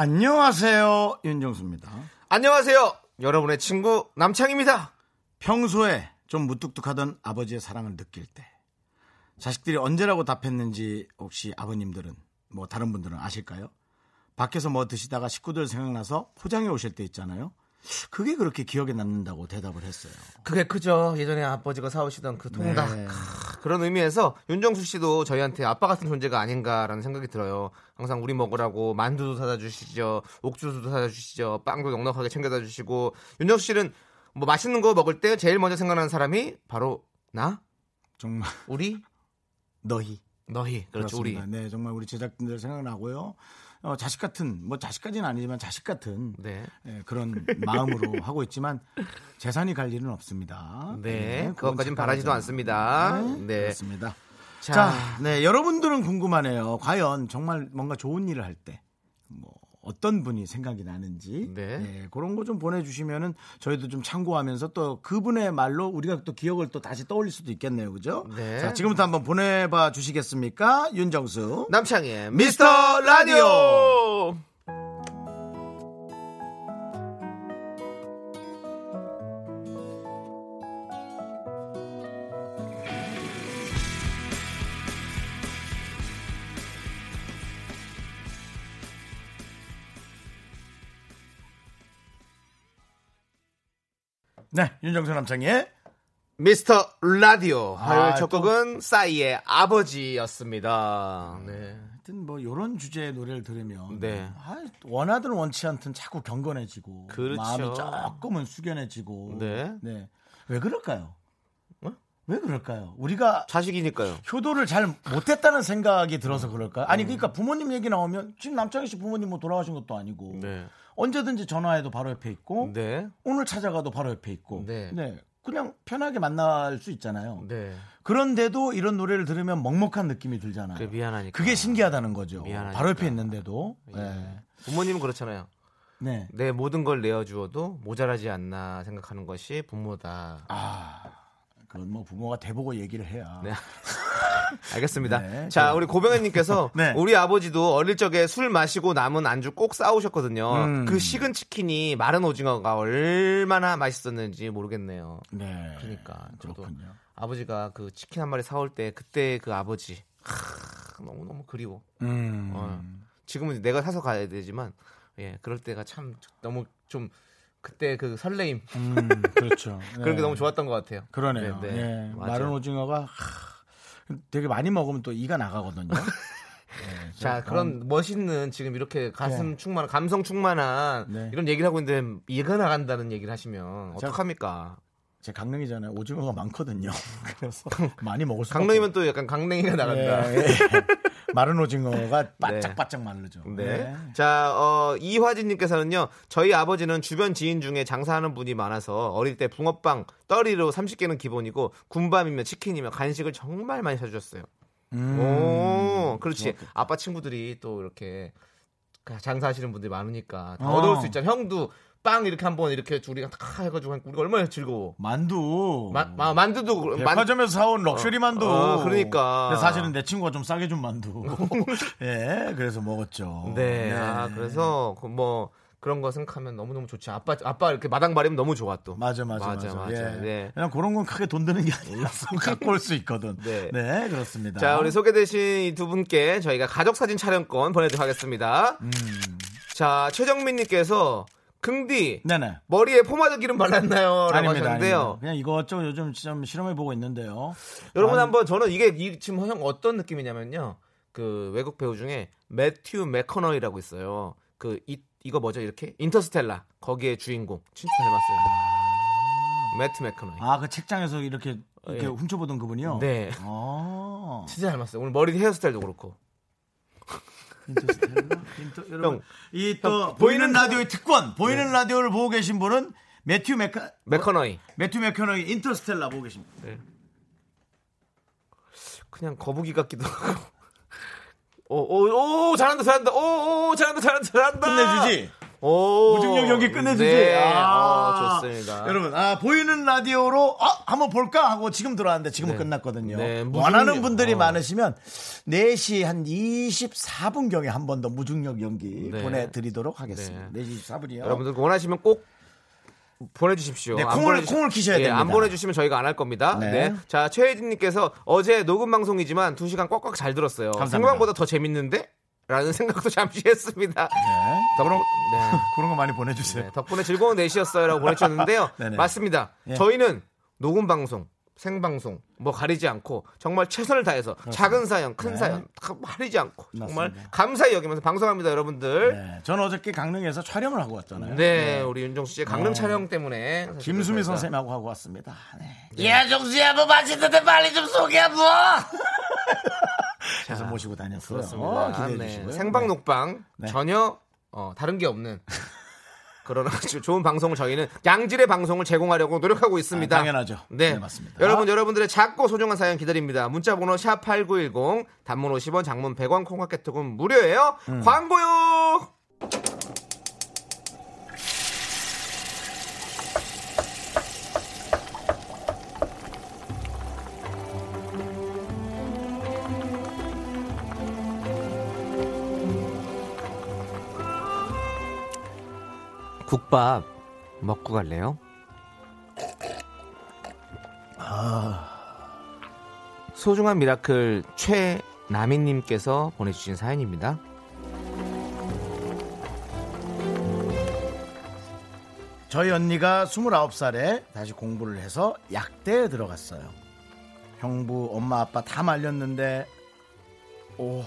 안녕하세요. 윤정수입니다. 안녕하세요. 여러분의 친구 남창입니다. 평소에 좀 무뚝뚝하던 아버지의 사랑을 느낄 때 자식들이 언제라고 답했는지 혹시 아버님들은 뭐 다른 분들은 아실까요? 밖에서 뭐 드시다가 식구들 생각나서 포장해 오실 때 있잖아요. 그게 그렇게 기억에 남는다고 대답을 했어요. 그게 크죠. 예전에 아버지가 사오시던 그 통닭. 네. 크, 그런 의미에서 윤정수 씨도 저희한테 아빠 같은 존재가 아닌가라는 생각이 들어요. 항상 우리 먹으라고 만두도 사다 주시죠. 옥수수도 사다 주시죠. 빵도 넉넉하게 챙겨다 주시고 윤정수 씨는 뭐 맛있는 거 먹을 때 제일 먼저 생각나는 사람이 바로 나, 정말 우리, 너희 너희. 그렇죠. 그렇습니다. 우리. 네, 정말 우리 제작진들 생각나고요. 어, 자식 같은 뭐 자식까지는 아니지만 자식 같은 네. 예, 그런 마음으로 하고 있지만 재산이 갈 일은 없습니다. 예, 네, 그건 그것까진 바라지도 착각하잖아요. 않습니다. 네. 그렇습니다. 자. 자, 네, 여러분들은 궁금하네요. 과연 정말 뭔가 좋은 일을 할 때 뭐 어떤 분이 생각이 나는지 네. 예, 그런 거 좀 보내주시면은 저희도 좀 참고하면서 또 그분의 말로 우리가 또 기억을 또 다시 떠올릴 수도 있겠네요, 그죠? 네. 자, 지금부터 한번 보내봐 주시겠습니까, 윤정수? 남창의 미스터 라디오. 네, 윤정수 남창의 미스터 라디오 화요일 아, 첫 또- 곡은 싸이의 아버지였습니다. 네. 하여튼 뭐 이런 주제의 노래를 들으면 네. 아, 원하든 원치 않든 자꾸 경건해지고 그렇죠. 마음이 조금은 숙연해지고 네. 왜 그럴까요? 어? 왜 그럴까요? 우리가 자식이니까요. 효도를 잘 못했다는 생각이 들어서 그럴까요? 아니 그러니까 부모님 얘기 나오면 지금 남창희 씨 부모님 뭐 돌아가신 것도 아니고 네. 언제든지 전화해도 바로 옆에 있고 네. 오늘 찾아가도 바로 옆에 있고 네. 그냥 편하게 만날 수 있잖아요. 네. 그런데도 이런 노래를 들으면 먹먹한 느낌이 들잖아요. 그게 미안하니까. 그게 신기하다는 거죠. 그러니까 미안하니까. 바로 옆에 있는데도. 예. 부모님은 그렇잖아요. 네. 내 모든 걸 내어주어도 모자라지 않나 생각하는 것이 부모다. 그건 뭐 부모가 대보고 얘기를 해야. 아. 네. 알겠습니다. 네, 자, 그- 우리 고병현님께서 네. 우리 아버지도 어릴 적에 술 마시고 남은 안주 꼭 싸우셨거든요. 음. 그 식은 치킨이 마른 오징어가 얼마나 맛있었는지 모르겠네요. 네. 그러니까 저도 그렇군요. 아버지가 그 치킨 한 마리 사올 때 그때 그 아버지 너무 너무 그리워. 음. 어. 지금은 이제 내가 사서 가야 되지만 예 그럴 때가 참 너무 좀 그때 그 설레임 음, 그렇죠. 네. 그런 게 너무 좋았던 것 같아요. 그러네요. 네, 네. 예. 맞아요. 마른 오징어가 하, 되게 많이 먹으면 또 이가 나가거든요. 자 그런 멋있는 지금 이렇게 가슴 네. 충만한 감성 충만한 네. 이런 얘기를 하고 있는데 이가 나간다는 얘기를 하면 자, 어떡합니까? 제 강릉이잖아요. 오징어가 많거든요. 그래서 많이 먹을 수. 강릉이면 또 약간 강냉이가 네. 나간다. 예. 마른 오징어가 바짝바짝 마르죠. 네. 자, 어, 이화진님께서는요, 저희 아버지는 주변 지인 중에 장사하는 분이 많아서 어릴 때 붕어빵, 떠리로 30개는 기본이고, 군밤이며 치킨이며 간식을 정말 많이 사주셨어요. 음. 오, 그렇지. 아빠 친구들이 또 이렇게 장사하시는 분들이 많으니까 다 어. 얻어올 수 있잖아. 형도 빵 이렇게 한번 이렇게 우리가 탁 해가지고 한- 우리가 얼마나 즐거워. 만두. 마, 마- 만두도 그- 만- 예, 백화점에서 사온 럭셔리 만두. 어, 그러니까. 근데 사실은 내 친구가 좀 싸게 준 만두. 예, 그래서 먹었죠. 네. 아, 그래서 그뭐 그런 거 생각하면 너무 너무 좋지. 아빠 아빠 이렇게 마당 말이면 너무 좋아 또. 맞아, 맞아, 맞아. 맞아, 맞아. 예. 네. 그냥 그런 건 크게 돈 드는 게 아니라서 갖고 올 수 있거든. 네. 네. 그렇습니다. 자, 우리 소개되신 이 두 분께 저희가 가족 사진 촬영권 보내드리도록 하겠습니다. 음. 자, 최정민님께서 긍디 네네. 머리에 포마드 기름 발랐나요? 라고 아닙니다, 하셨는데요. 아닙니다. 그냥 이것저것 요즘 좀 실험해 보고 있는데요. 여러분 아, 한번 저는 이게 이- 지금 형 어떤 느낌이냐면요. 그 외국 배우 중에 매튜 맥커너이라고 있어요. 그 이, 이거 뭐죠? 이렇게 인터스텔라 거기에 주인공 진짜 닮았어요. 매튜 맥커너이. 아, 그 책장에서 이렇게, 이렇게 예. 아. 훔쳐보던 그분이요? 네. 아. 진짜 닮았어요. 오늘 머리 헤어스타일도 그렇고. 인터스텔라? 인터, 여러분. 형. 네. 이 또 보이는 라디오의 특권, 보이는 라디오를 보고 계신 분은 매튜 메카, 맥커너이 매튜 메커너의 인터스텔라 보고 계십니다. 그냥 거북이 같기도 하고. 어, 오오오 잘한다 잘한다 오오 잘한다 잘한다 잘한다 끝내주지. 오 무중력 연기 끝내주지. 아! 네. 아. 어, 좋습니다 여러분, 아, 보이는 라디오로, 어, 한번 볼까? 하고 지금 들어왔는데 지금은 끝났거든요. 네, 무중력. 원하는 분들이 어. 많으시면 4시 한 24분경에 한 번 더 무중력 연기 네. 보내드리도록 하겠습니다. 네. 4시 24분이요. 여러분들 원하시면 꼭 보내주십시오. 네, 안 콩을- 콩을 키셔야 예, 안 됩니다. 보내주시면 저희가 안 할 겁니다. 네. 네. 자, 최혜진님께서 어제 녹음 방송이지만 2시간 꽉꽉 잘 들었어요. 감사합니다. 생방보다 더 재밌는데? 라는 생각도 잠시 했습니다. 네. 덕분, 네. 그런 거 많이 보내주세요. 네, 덕분에 즐거운 4시였어요. 라고 보내주셨는데요. 네네. 맞습니다. 예. 저희는 녹음 방송, 생방송, 뭐 가리지 않고 정말 최선을 다해서 작은 사연, 큰 사연 다 가리지 않고 정말 네. 맞습니다. 감사히 여기면서 방송합니다, 여러분들. 네, 저는 어저께 강릉에서 촬영을 하고 왔잖아요. 네, 우리 윤정수 씨의 강릉 촬영 때문에 사실은 김수미 저희가- 선생님하고 하고 왔습니다. 네. 야, 정수야, 뭐 맛있는데 빨리 좀 소개 뭐. 그래서 모시고 다녔어요. 그렇습니다. 어, 기대해 네. 주시고요. 생방 네. 녹방 네. 전혀 어, 다른 게 없는 그런 아주 좋은 방송을 저희는 양질의 방송을 제공하려고 노력하고 있습니다. 아, 당연하죠. 네. 네, 맞습니다. 여러분 여러분들의 작고 소중한 사연 기다립니다. 문자 번호 샵8910 단문 50원 장문 100원 콩깍개톡은 무료예요. 음. 광고요. 국밥 먹고 갈래요? 아. 소중한 미라클 최나민님께서 보내주신 사연입니다. 저희 언니가 29살에 다시 공부를 해서 약대에 들어갔어요. 형부, 엄마, 아빠 다 말렸는데, 오,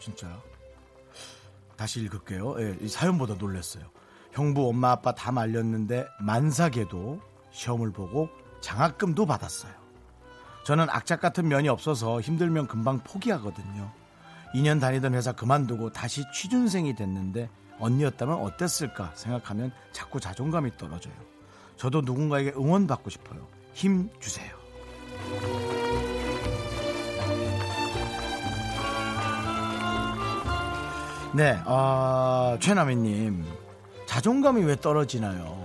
진짜요? 다시 읽을게요. 예, 이 사연보다 놀랐어요. 형부, 엄마, 아빠 다 말렸는데, 만삭에도 시험을 보고 장학금도 받았어요. 저는 악착 같은 면이 없어서 힘들면 금방 포기하거든요. 2년 다니던 회사 그만두고 다시 취준생이 됐는데 언니였다면 어땠을까 생각하면 자꾸 자존감이 떨어져요. 저도 누군가에게 응원받고 싶어요. 힘 주세요. 네, 아, 최남희님. 자존감이 왜 떨어지나요?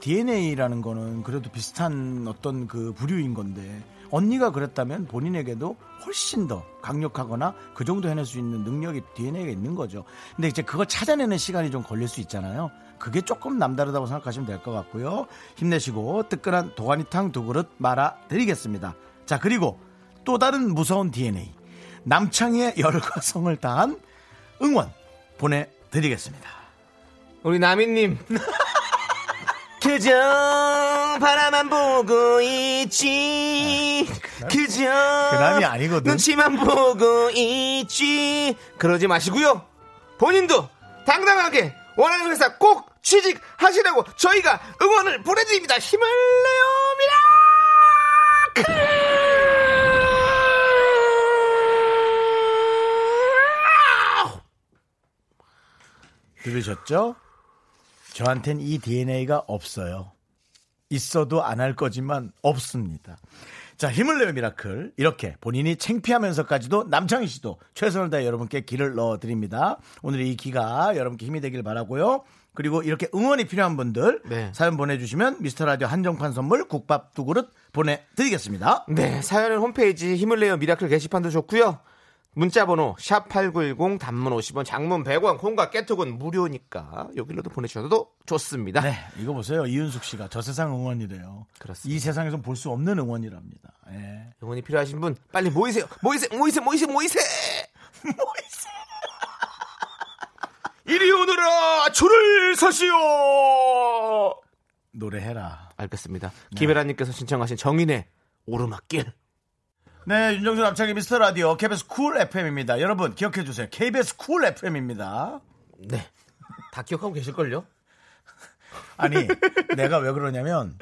DNA라는 거는 그래도 비슷한 어떤 그 부류인 건데, 언니가 그랬다면 본인에게도 훨씬 더 강력하거나 그 정도 해낼 수 있는 능력이 DNA가 있는 거죠. 근데 이제 그걸 찾아내는 시간이 좀 걸릴 수 있잖아요. 그게 조금 남다르다고 생각하시면 될 것 같고요. 힘내시고 뜨끈한 도가니탕 두 그릇 말아 드리겠습니다. 자, 그리고 또 다른 무서운 DNA. 남창희의 열과 성을 다한 응원 보내드리겠습니다. 우리 나민님. 그저 바라만 보고 있지. 그저 네. 그남이 아니거든. 눈치만 보고 있지. 그러지 마시고요. 본인도 당당하게 원하는 회사 꼭 취직하시라고 저희가 응원을 보내드립니다. 힘을 내요, 미라클! 들으셨죠? 저한텐 이 DNA가 없어요. 있어도 안 할 거지만 없습니다. 자, 힘을 내요 미라클. 이렇게 본인이 창피하면서까지도 남창희 씨도 최선을 다해 여러분께 기를 넣어 드립니다. 오늘 이 기가 여러분께 힘이 되길 바라고요. 그리고 이렇게 응원이 필요한 분들 네. 사연 보내주시면 미스터 라디오 한정판 선물 국밥 두 그릇 보내드리겠습니다. 네, 사연은 홈페이지 힘을 내요 미라클 게시판도 좋고요. 문자 번호 샵 8910 단문 50원 장문 100원 콩과 깨톡은 무료니까 여기로도 보내주셔도 좋습니다. 네, 이거 보세요. 이윤숙 씨가 저 세상 응원이래요. 그렇습니다. 이 세상에서 볼 수 없는 응원이랍니다. 예. 응원이 필요하신 분 빨리 모이세요. 모이세요. 모이세요. 모이세요. 모이세요. 이리 오너라 줄을 서시오. 노래해라. 알겠습니다. 김혜란님께서 신청하신 정인의 오르막길. 네, 윤정수 남창의 미스터 라디오 KBS 쿨 FM입니다. 여러분 기억해 주세요. KBS 쿨 FM입니다. 네. 다 기억하고 계실걸요? 아니, 내가 왜 그러냐면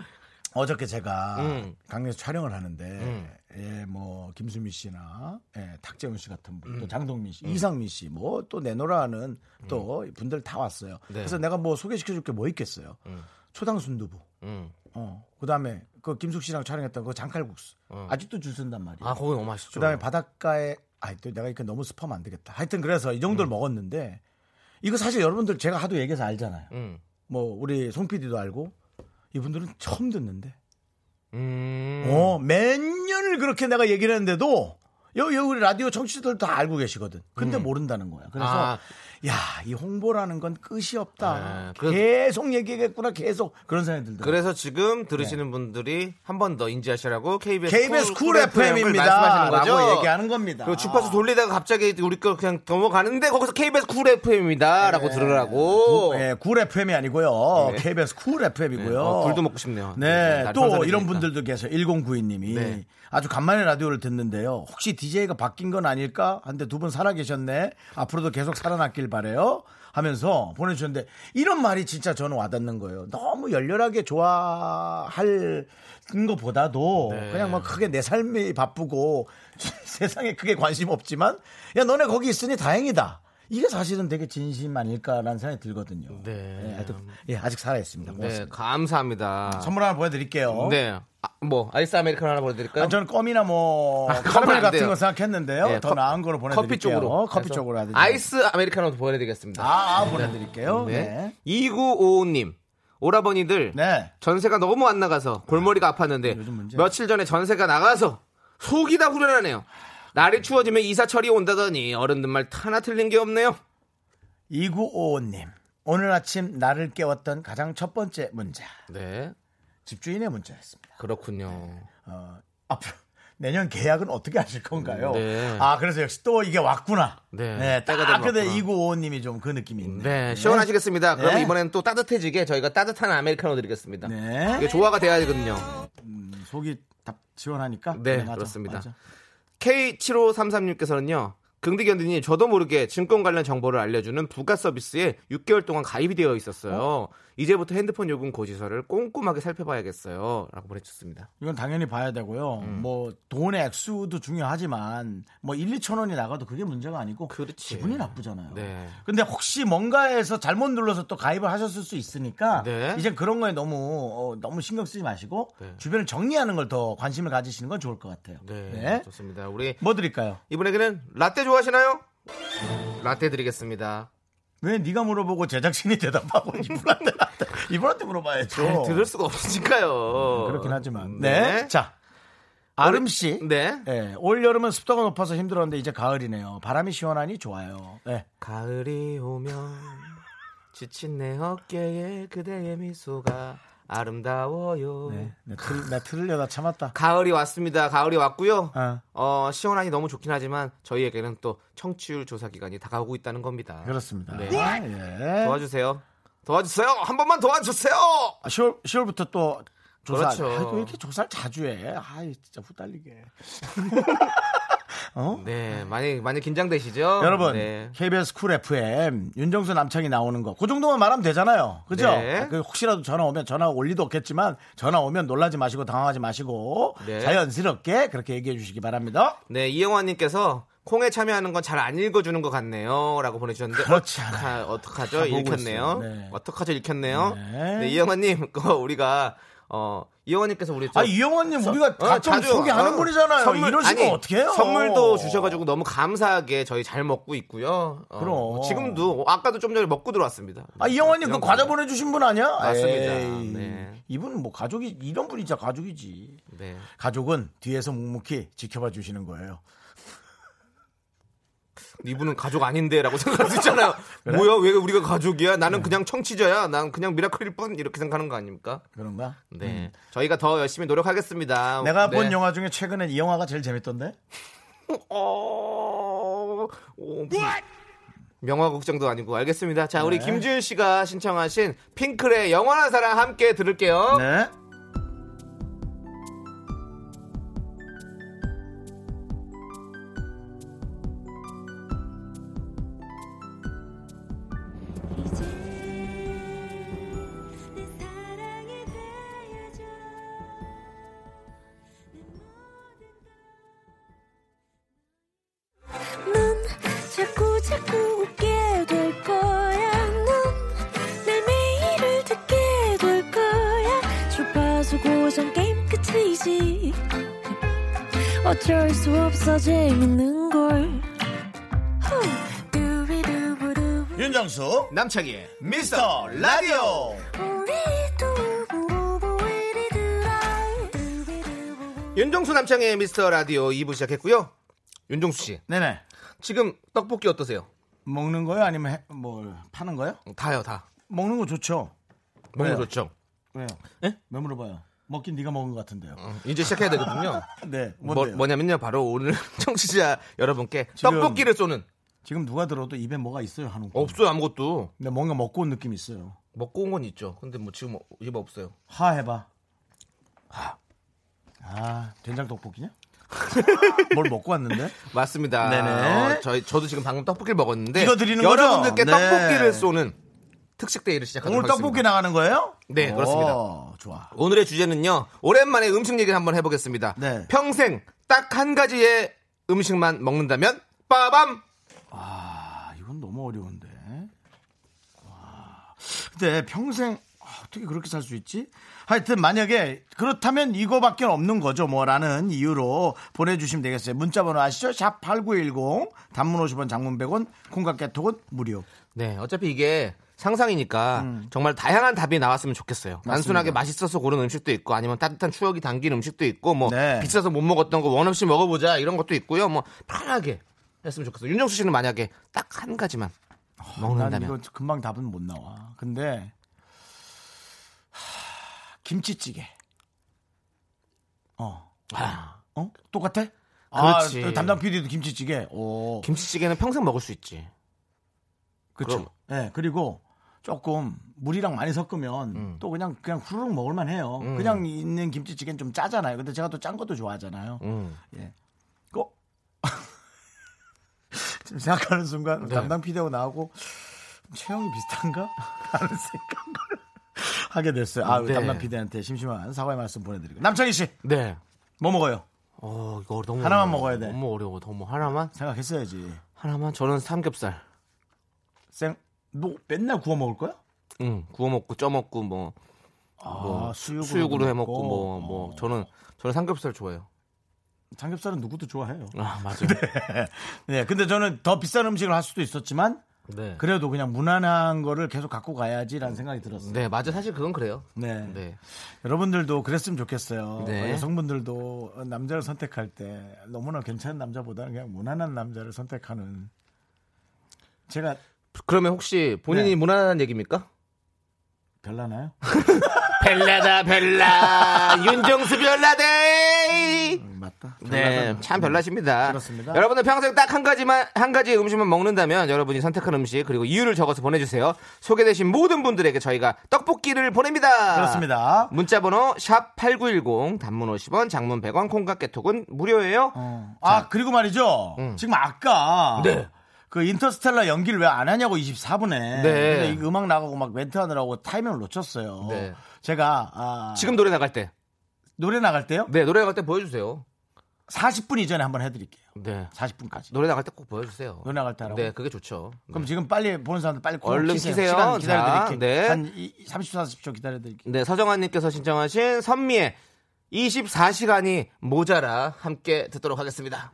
어저께 제가 음. 강릉에서 촬영을 하는데 예, 뭐 김수미 씨나 예, 탁재훈 씨 같은 분, 또 음. 장동민 씨, 이상민 씨, 뭐 또 내노라는 또 음. 분들 다 왔어요. 네. 그래서 내가 뭐 소개시켜줄 게 뭐 있겠어요? 초당 순두부. 음. 어, 그다음에 그 김숙 씨랑 촬영했던 그 장칼국수. 아직도 줄 쓴단 말이에요. 어. 아, 그거 너무 맛있죠. 그다음에 바닷가에 아이 또 내가 이렇게 너무 습하면 안 되겠다. 하여튼 그래서 이 음. 정도를 먹었는데 이거 사실 여러분들 제가 하도 얘기해서 알잖아요. 음. 뭐 우리 송 PD도 알고 이분들은 처음 듣는데 음. 어, 몇 년을 그렇게 내가 얘기를 했는데도 여기 우리 라디오 청취자들 다 알고 계시거든. 근데 모른다는 거야. 그래서 음. 아. 야, 이 홍보라는 건 끝이 없다. 네, 그래서- 계속 얘기겠구나. 계속 그런 생각이 들더라고. 그래서 지금 네. 들으시는 분들이 한 번 더 인지하시라고 KBS, KBS 쿨 FM 을 말씀하시는 FM입니다. 거죠. 라고 얘기하는 겁니다. 그리고 주파수 돌리다가 갑자기 우리 거 그냥 넘어가는데 거기서 KBS 쿨 네. FM입니다라고 들으라고. 예, 쿨 FM이 아니고요. 네. KBS 쿨 FM이고요. 어, 굴도 먹고 싶네요. 네, 날이 또 선선해지니까. 이런 분들도 계세요. 1092님이 네. 아주 간만에 라디오를 듣는데요. 혹시 DJ가 바뀐 건 아닐까? 한데 두 분 살아계셨네. 앞으로도 계속 살아남길 바래요. 하면서 보내주셨는데 이런 말이 진짜 저는 와닿는 거예요. 너무 열렬하게 좋아할 것보다도 네. 그냥 막 크게 내 삶이 바쁘고 세상에 크게 관심 없지만 야 너네 거기 있으니 다행이다. 이게 사실은 되게 진심 아닐까라는 생각이 들거든요. 네. 예, 아직, 예, 아직 살아있습니다. 네, 고맙습니다. 아, 감사합니다. 선물 하나 보내드릴게요. 네. 아, 뭐 아이스 아메리카노 하나 보내드릴까요? 아, 저는 껌이나 뭐 아, 껌은 커플 안 같은 돼요. 거 생각했는데요. 네, 더 컵- 나은 거로 보내드릴게요. 어, 커피 쪽으로. 커피 그래서 쪽으로 하든지. 아이스 아메리카노도 보내드리겠습니다. 아, 아, 보내드릴게요. 네. 네. 2955님. 오라버니들 네. 전세가 너무 안 나가서 골머리가 요즘 문제. 아팠는데 며칠 전에 전세가 나가서 속이 다 후련하네요. 날이 추워지면 이사철이 온다더니 어른들 말 하나 틀린 게 없네요. 2955님. 오늘 아침 나를 깨웠던 가장 첫 번째 문제. 네. 집주인의 문제였습니다. 그렇군요. 어, 앞으로 내년 계약은 어떻게 하실 건가요? 네. 아, 그래서 역시 또 이게 왔구나. 네. 때가 되면 딱 근데 왔구나. 2955님이 좀 그 느낌이 있네. 네, 시원하시겠습니다. 그럼 네. 이번에는 또 따뜻해지게 저희가 따뜻한 아메리카노 드리겠습니다. 네. 이게 조화가 돼야 되거든요. 음, 속이 답 지원하니까. 네, 가능하죠. 그렇습니다. 맞아. K7533님께서는요. 긍디 견디님 저도 모르게 증권 관련 정보를 알려주는 부가 서비스에 6개월 동안 가입이 되어 있었어요. 이제부터 핸드폰 요금 고지서를 꼼꼼하게 살펴봐야겠어요. 라고 보내주셨습니다. 이건 당연히 봐야 되고요. 음. 뭐 돈의 액수도 중요하지만 뭐 1, 2천 원이 나가도 그게 문제가 아니고 그렇지. 기분이 나쁘잖아요. 네. 근데 혹시 뭔가에서 잘못 눌러서 또 가입을 하셨을 수 있으니까 네. 이제 그런 거에 너무 어, 너무 신경 쓰지 마시고 네. 주변을 정리하는 걸 더 관심을 가지시는 건 좋을 것 같아요. 네, 네. 좋습니다. 우리 뭐 드릴까요? 이분에게는 라떼 좋아하시나요? 라떼 드리겠습니다. 왜 네가 물어보고 제작진이 대답하고 이분한테 이분한테 물어봐야죠. 음, 잘 들을 수가 없으니까요. 그렇긴 하지만. 네. 자. 아름 씨. 네. 예, 올 여름은 습도가 높아서 힘들었는데 이제 가을이네요. 바람이 시원하니 좋아요. 예. 가을이 오면 지친 내 어깨에 그대의 미소가 아름다워요. 네, 나, 틀, 나 틀으려다 참았다. 가을이 왔습니다. 가을이 왔고요. 어. 어, 시원하니 너무 좋긴 하지만 저희에게는 또 청취율 조사 기간이 다가오고 있다는 겁니다. 그렇습니다. 네. 예. 도와주세요. 도와주세요. 한 번만 도와주세요. 10월, 10월부터 아, 또 조사. 그렇죠. 아, 왜 이렇게 조사를 자주 해? 아, 진짜 후달리게. 어? 네, 많이 많이 긴장되시죠? 여러분, 네. KBS 쿨 FM 윤정수 남창이 나오는 거, 그 정도만 말하면 되잖아요. 그죠? 네. 그 혹시라도 전화 오면 전화 올 리도 없겠지만 전화 오면 놀라지 마시고 당황하지 마시고 네. 자연스럽게 그렇게 얘기해 주시기 바랍니다. 네, 이영환님께서 콩에 참여하는 건 잘 안 읽어주는 것 같네요라고 보내주셨는데 그렇지 어떡하, 어떡하죠? 다 보고 읽혔네요. 있어요. 네. 어떡하죠? 읽혔네요. 네. 네, 이영환님 거 우리가 어 이영환님께서 우리 저- 아, 이영원님 우리가 어, 가끔 자주, 소개하는 어, 분이잖아요. 선물- 이러시면 아니, 어떻게 해요? 선물도 주셔가지고 너무 감사하게 저희 잘 먹고 있고요. 어, 그럼. 지금도 어, 아까도 좀 전에 먹고 들어왔습니다. 아, 이영원님 그 이런 과자 거. 보내주신 분 아니야? 맞습니다. 에이, 네. 이분은 뭐 가족이 이런 분이 진짜 가족이지. 네. 가족은 뒤에서 묵묵히 지켜봐 주시는 거예요. 네, 이분은 가족 아닌데라고 생각할 수 있잖아요. 뭐야? 왜 우리가 가족이야? 나는 네. 그냥 청취자야. 난 그냥 미라클일 뿐 이렇게 생각하는 거 아닙니까? 그런가? 네. 저희가 더 열심히 노력하겠습니다. 음. 내가 네. 본 영화 중에 최근에 이 영화가 제일 재밌던데? 어... 어... 명화 걱정도 아니고 알겠습니다. 자, 우리 네. 김지윤 씨가 신청하신 핑클의 영원한 사랑 함께 들을게요. 네. 이제 내 사랑이 되어줘 내 모든 걸 어쩔 수 없어 재밌는 걸 후. 두비두부두. 윤정수 남창희의 미스터 라디오 우리 두부부부 우리 두라. 두비두부부. 윤정수 남창희의 미스터 라디오 2부 시작했고요. 윤정수 씨 네네. 지금 떡볶이 어떠세요? 먹는 거요? 아니면 해- 뭘 파는 거요? 다요 다. 먹는 거 좋죠. 너무 왜요? 좋죠. 왜요? 예? 왜 물어봐요? 먹긴 네가 먹은 것 같은데요. 어, 이제 시작해야 되거든요. 네. 뭐, 뭔데요? 뭐냐면요 바로 오늘 청취자 여러분께 지금- 떡볶이를 쏘는 지금 누가 들어도 입에 뭐가 있어요 하는 거. 없어요 아무것도 근데 뭔가 먹고 온 느낌 이 있어요. 먹고 온 건 있죠. 근데 뭐 지금 입에 없어요. 하 해봐. 하. 아 된장 떡볶이냐? 뭘 먹고 왔는데? 맞습니다. 네네. 어, 저희 저도 지금 방금 떡볶이를 먹었는데 이거 드리는 거죠? 여러분들께 네. 떡볶이를 쏘는 특식 데이를 시작하도록 오늘 하겠습니다. 떡볶이 나가는 거예요? 네, 오, 그렇습니다. 좋아. 오늘의 주제는요. 오랜만에 음식 얘기를 한번 해보겠습니다. 네. 평생 딱 한 가지의 음식만 먹는다면 빠밤. 아 이건 너무 어려운데. 와. 근데 평생 아, 어떻게 그렇게 살 수 있지? 하여튼 만약에 그렇다면 이거밖에 없는 거죠 뭐라는 이유로 보내주시면 되겠어요. 문자번호 아시죠? 샵 #8910 단문 50원, 장문 100원, 콩깍개톡은 무료. 네, 어차피 이게 상상이니까 음. 정말 다양한 답이 나왔으면 좋겠어요. 단순하게 맛있어서 고른 음식도 있고 아니면 따뜻한 추억이 담긴 음식도 있고 뭐 네. 비싸서 못 먹었던 거 원없이 먹어보자 이런 것도 있고요. 뭐 편하게 했으면 좋겠어요. 윤정수 씨는 만약에 딱 한 가지만 아, 난 먹는다면 이거 금방 답은 못 나와. 근데 하, 김치찌개. 어, 아, 어? 똑같아? 그렇지. 아, 담당 PD도 김치찌개. 오, 김치찌개는 평생 먹을 수 있지. 그렇죠. 그럼. 예, 그리고 조금 물이랑 많이 섞으면 음. 또 그냥 그냥 후루룩 먹을만 해요. 그냥 있는 김치찌개는 좀 짜잖아요. 근데 제가 또 짠 것도 좋아하잖아요. 음. 예. 꼭 지금 생각하는 순간 네. 담당 피디하고 나하고 체형이 비슷한가? 하는 생각을 하게 됐어요. 아, 네. 담당 피디한테 심심한 사과의 말씀 보내드리고. 남창희 씨, 네. 뭐 먹어요? 어, 이거 너무 하나만 어려워. 먹어야 돼. 너무 어려워. 너무 하나만? 생각했어야지. 하나만 저는 삼겹살. 생, 너 맨날 구워 먹을 거야? 응. 음, 구워 먹고 쪄 먹고 뭐, 아, 뭐 수육으로도 수육으로 해 먹고 뭐 뭐 어. 저는 저는 삼겹살 좋아해요. 삼겹살은 누구도 좋아해요. 아, 맞아요. 네, 근데 저는 더 비싼 음식을 할 수도 있었지만 네. 그래도 그냥 무난한 거를 계속 갖고 가야지라는 생각이 들었어요. 네, 맞아. 사실 그건 그래요. 네. 네. 여러분들도 그랬으면 좋겠어요. 네. 여성분들도 남자를 선택할 때 너무나 괜찮은 남자보다는 그냥 무난한 남자를 선택하는 제가 그러면 혹시 본인이 네. 무난한 얘기입니까? 별나나요? 별나다 별나 윤정수 별나대. 음, 맞다. 네, 별나다. 참 별나십니다. 그렇습니다. 여러분들 평생 딱 한 가지만 한 가지 음식만 먹는다면 여러분이 선택한 음식 그리고 이유를 적어서 보내주세요. 소개되신 모든 분들에게 저희가 떡볶이를 보냅니다. 그렇습니다. 문자번호 샵 #8910 단문 50원, 장문 100원, 콩과 깨톡은 무료예요. 어. 아 그리고 말이죠. 음. 지금 아까 네. 그 인터스텔라 연기를 왜 안 하냐고 24분에 근데 이 음악 나가고 막 멘트 하느라고 타이밍을 놓쳤어요. 네. 제가 아, 지금 노래 나갈 때, 노래 나갈 때요? 네 노래 나갈 때 보여주세요. 40분 이전에 한번 해드릴게요. 네 40분까지. 노래 나갈 때 꼭 보여주세요. 노래 나갈 때 하라고? 네 그게 좋죠. 그럼 지금 빨리 보는 사람들 빨리 콜 얼른 키세요. 시간 자, 기다려드릴게요. 네. 한 이- 30, 40초 기다려드릴게요. 네, 서정환님께서 신청하신 선미의 24시간이 모자라 함께 듣도록 하겠습니다.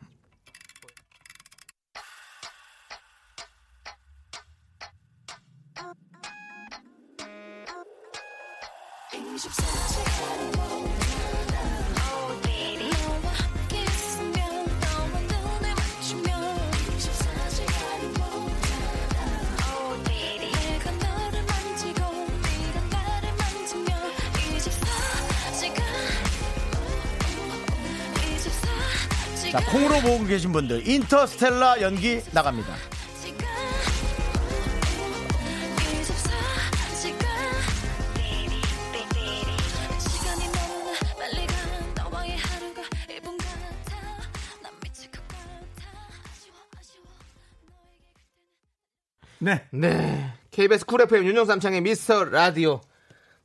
너와 함께 있으면 너와 눈을 맞추면 24시간이 모자라 내가 너를 만지고 네가 나를 만지면 24시간 24시간 자, 콩으로 보고 계신 분들, 인터스텔라 연기 나갑니다. 시간 시간이 너무나 빨리 가 너와의 하루가 1분 같아 난 미칠 것 같아 아쉬워 아쉬워 너에게 네. 네. KBS 쿨 FM 윤정수 남창의 미스터 라디오.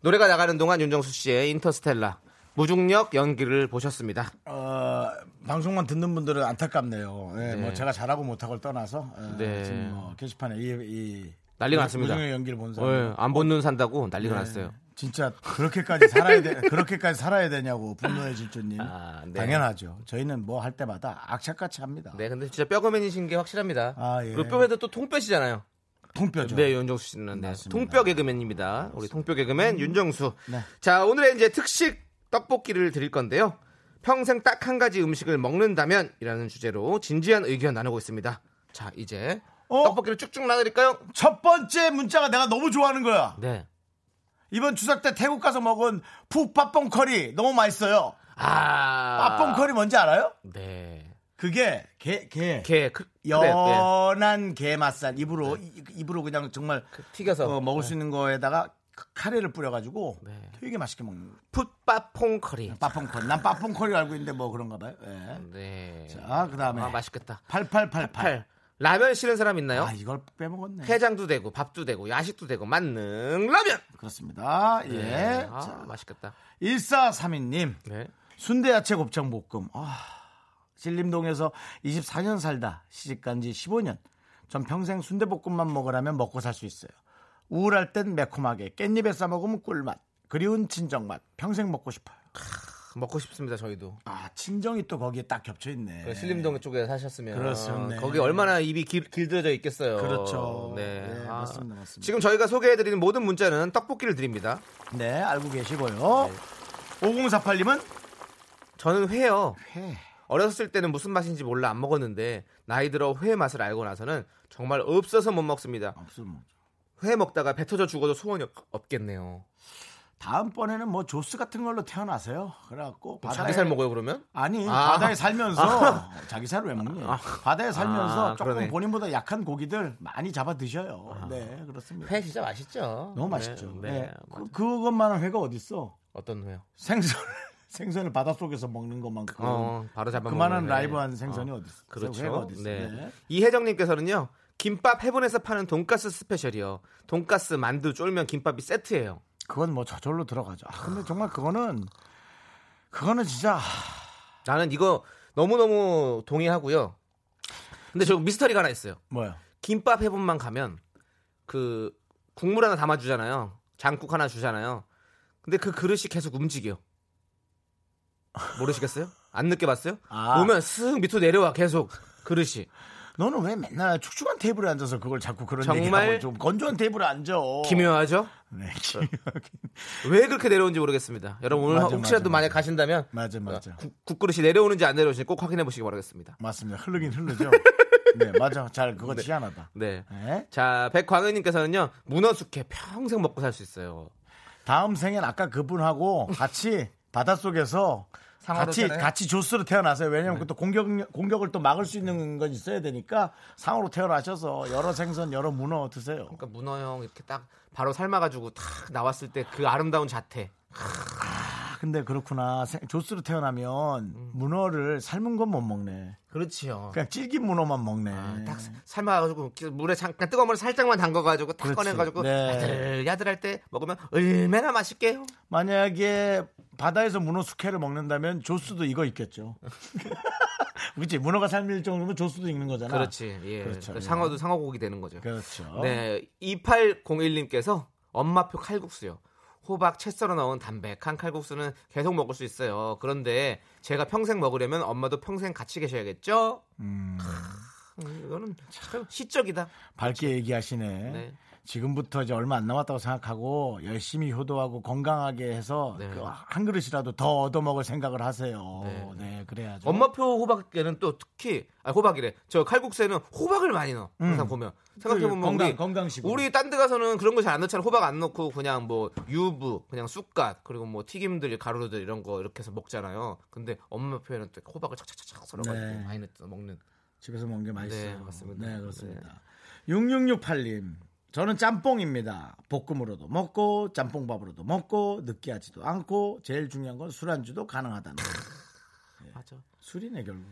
노래가 나가는 동안 윤정수 씨의 인터스텔라. 무중력 연기를 보셨습니다. 어, 방송만 듣는 분들은 안타깝네요. 예, 뭐 제가 잘하고 못하고를 떠나서 예, 네. 지금 뭐 게시판에 이, 이 난리가 났습니다. 네. 무중의 연기를 본 사람 네. 어, 안 본 눈 산다고 난리가 났어요. 진짜 그렇게까지 살아야 돼 그렇게까지 살아야 되냐고 분노의 질주님 아, 네. 당연하죠. 저희는 뭐 할 때마다 악착같이 합니다. 네, 근데 진짜 뼈거맨이신 게 확실합니다. 아, 예. 그 뼈맨도 또 통뼈시잖아요. 통뼈죠. 네, 윤정수 씨는 네, 그렇죠. 맞습니다. 통뼈 개그맨입니다. 우리 통뼈 개그맨 윤정수. 네. 자, 오늘의 이제 특식 떡볶이를 드릴 건데요. 평생 딱 한 가지 음식을 먹는다면이라는 주제로 진지한 의견 나누고 있습니다. 자, 이제 어? 떡볶이를 쭉쭉 나드릴까요? 첫 번째 문자가 내가 너무 좋아하는 거야. 네. 이번 추석 때 태국 가서 먹은 푹 빠뽕 커리 너무 맛있어요. 아, 빠뽕 커리 뭔지 알아요? 네. 그게 게 게. 게 크, 그래, 네. 연한 게 맛살 입으로 이- 입으로 그냥 정말 튀겨서 어, 먹을 수 있는 거에다가 카레를 뿌려가지고 네. 되게 맛있게 먹는 거예요. 풋바퐁 커리. 빠뽕커리 난 빠뽕커리 알고 있는데 뭐 그런가 봐요. 예. 네. 자 그다음에 아, 맛있겠다. 8888. 팔. 라면 싫은 사람 있나요? 아 이걸 빼먹었네. 해장도 되고 밥도 되고 야식도 되고 만능 라면. 그렇습니다. 예. 아, 자, 맛있겠다. 1432님. 네. 순대 야채 곱창 볶음. 아, 신림동에서 24년 살다 시집간 지 15년. 전 평생 순대 볶음만 먹으라면 먹고 살 수 있어요. 우울할 땐 매콤하게 깻잎에 싸 먹으면 꿀맛. 그리운 친정맛. 평생 먹고 싶어요. 먹고 싶습니다. 저희도 아, 친정이 또 거기에 딱 겹쳐 있네. 그 신림동 쪽에 사셨으면 그렇습니다. 네. 거기 얼마나 입이 길, 길들여져 있겠어요. 그렇죠. 네. 네, 아, 맞습니다, 맞습니다. 지금 저희가 소개해드리는 모든 문자는 떡볶이를 드립니다. 네, 알고 계시고요. 네. 5048님은 저는 회요. 회. 어렸을 때는 무슨 맛인지 몰라 안 먹었는데 나이 들어 회 맛을 알고 나서는 정말 없어서 못 먹습니다. 없으면 뭐죠. 회 먹다가 배 터져 죽어도 소원이 없- 없겠네요. 다음번에는 뭐 조스 같은 걸로 태어나세요. 그래갖고 자기 살 먹어요 그러면? 아니 아. 바다에 살면서 자기 살을 왜 먹니? 바다에 살면서 아, 조금 그러네. 본인보다 약한 고기들 많이 잡아 드셔요. 네 그렇습니다. 회 진짜 맛있죠. 너무 맛있죠. 네. 네. 네. 그, 그것만한 회가 어디 있어? 어떤 회요? 생선 생선을 바닷속에서 먹는 것만큼 어, 바로 잡아 그만한 라이브한 생선이 어디 있어? 회가 그렇죠. 어디 있어? 네. 네. 이혜정님께서는요. 김밥 해본에서 파는 돈가스 스페셜이요. 돈가스 만두 쫄면 김밥이 세트예요. 그건 뭐 저절로 들어가죠. 아, 근데 정말 그거는 그거는 진짜 나는 이거 너무 너무 동의하고요. 근데 저 미스터리가 하나 있어요. 뭐야? 김밥 해본만 가면 그 국물 하나 담아주잖아요. 장국 하나 주잖아요. 근데 그 그릇이 계속 움직여. 모르시겠어요? 안 느껴봤어요? 아. 오면 쓱 밑으로 내려와 계속 그릇이. 너는 왜 맨날 축축한 테이블에 앉아서 그걸 자꾸 그런 정말- 얘기하고 좀 건조한 테이블에 앉아? 기묘하죠? 네, 기묘하게. 왜 그렇게 내려오는지 모르겠습니다. 여러분 오늘 맞아, 혹시라도 맞아, 만약 맞아. 가신다면 네, 맞아 맞아. 국, 국그릇이 내려오는지 안 내려오는지 꼭 확인해 보시기 바라겠습니다. 맞습니다. 흐르긴 흐르죠. 네, 맞아. 잘 그거 희한하다. 네. 네. 자, 백광현님께서는요 문어숙회 평생 먹고 살 수 있어요. 다음 생엔 아까 그분하고 같이 바닷속에서 상어로 같이 태어나요? 네. 같이 조스로 태어나세요. 왜냐면 그또 공격 공격을 또 막을 수 있는 건 있어야 되니까 상어로 태어나셔서 여러 생선, 여러 문어 드세요. 그러니까 문어형 이렇게 딱 바로 삶아가지고 탁 나왔을 때 그 아름다운 자태. 아, 근데 그렇구나. 생- 조스로 태어나면 음. 문어를 삶은 건 못 먹네. 그렇지요. 그냥 질긴 문어만 먹네. 그러니까 아, 딱 사- 삶아가지고 이렇게 물에 잠깐 뜨거운 물에 살짝만 담가가지고 탁 그렇지. 꺼내가지고 네. 야들야들할 때 먹으면 얼마나 맛있게요. 만약에 바다에서 문어 숙회를 먹는다면 조스도 이거 있겠죠. 그렇지 문어가 삶을 정도면 조스도 있는 거잖아. 그렇지. 예. 그렇죠. 그 상어도 상어고기 되는 거죠. 그렇죠. 네, 2801님께서 엄마표 칼국수요. 호박 채 썰어 넣은 담백한 칼국수는 계속 먹을 수 있어요. 그런데 제가 평생 먹으려면 엄마도 평생 같이 계셔야겠죠? 크, 이거는 참 시적이다. 음, 밝게 얘기하시네. 네. 지금부터 이제 얼마 안 남았다고 생각하고 열심히 효도하고 건강하게 해서 네. 그한 그릇이라도 더 얻어 먹을 생각을 하세요. 네. 네, 그래야죠. 엄마표 호박에는 또 특히 아 호박이래. 저 칼국수에는 호박을 많이 넣어. 항상 보면 생각해 보면 음. 그 건강, 우리 건강식으로. 우리 딴 데 가서는 그런 거 잘 안 넣잖아. 호박 안 넣고 그냥 뭐 유부, 그냥 쑥갓 그리고 뭐 튀김들 가루들 이런 거 이렇게 해서 먹잖아요. 근데 엄마표에는 또 호박을 착착착착 썰어가지고 네. 많이 넣어 먹는. 집에서 먹는 게 맛있어요. 네, 맞습니다. 네, 그렇습니다. 6668님. 저는 짬뽕입니다. 볶음으로도 먹고 짬뽕밥으로도 먹고 느끼하지도 않고 제일 중요한 건 술안주도 가능하다는 거. 네. 맞아. 술이네 결국.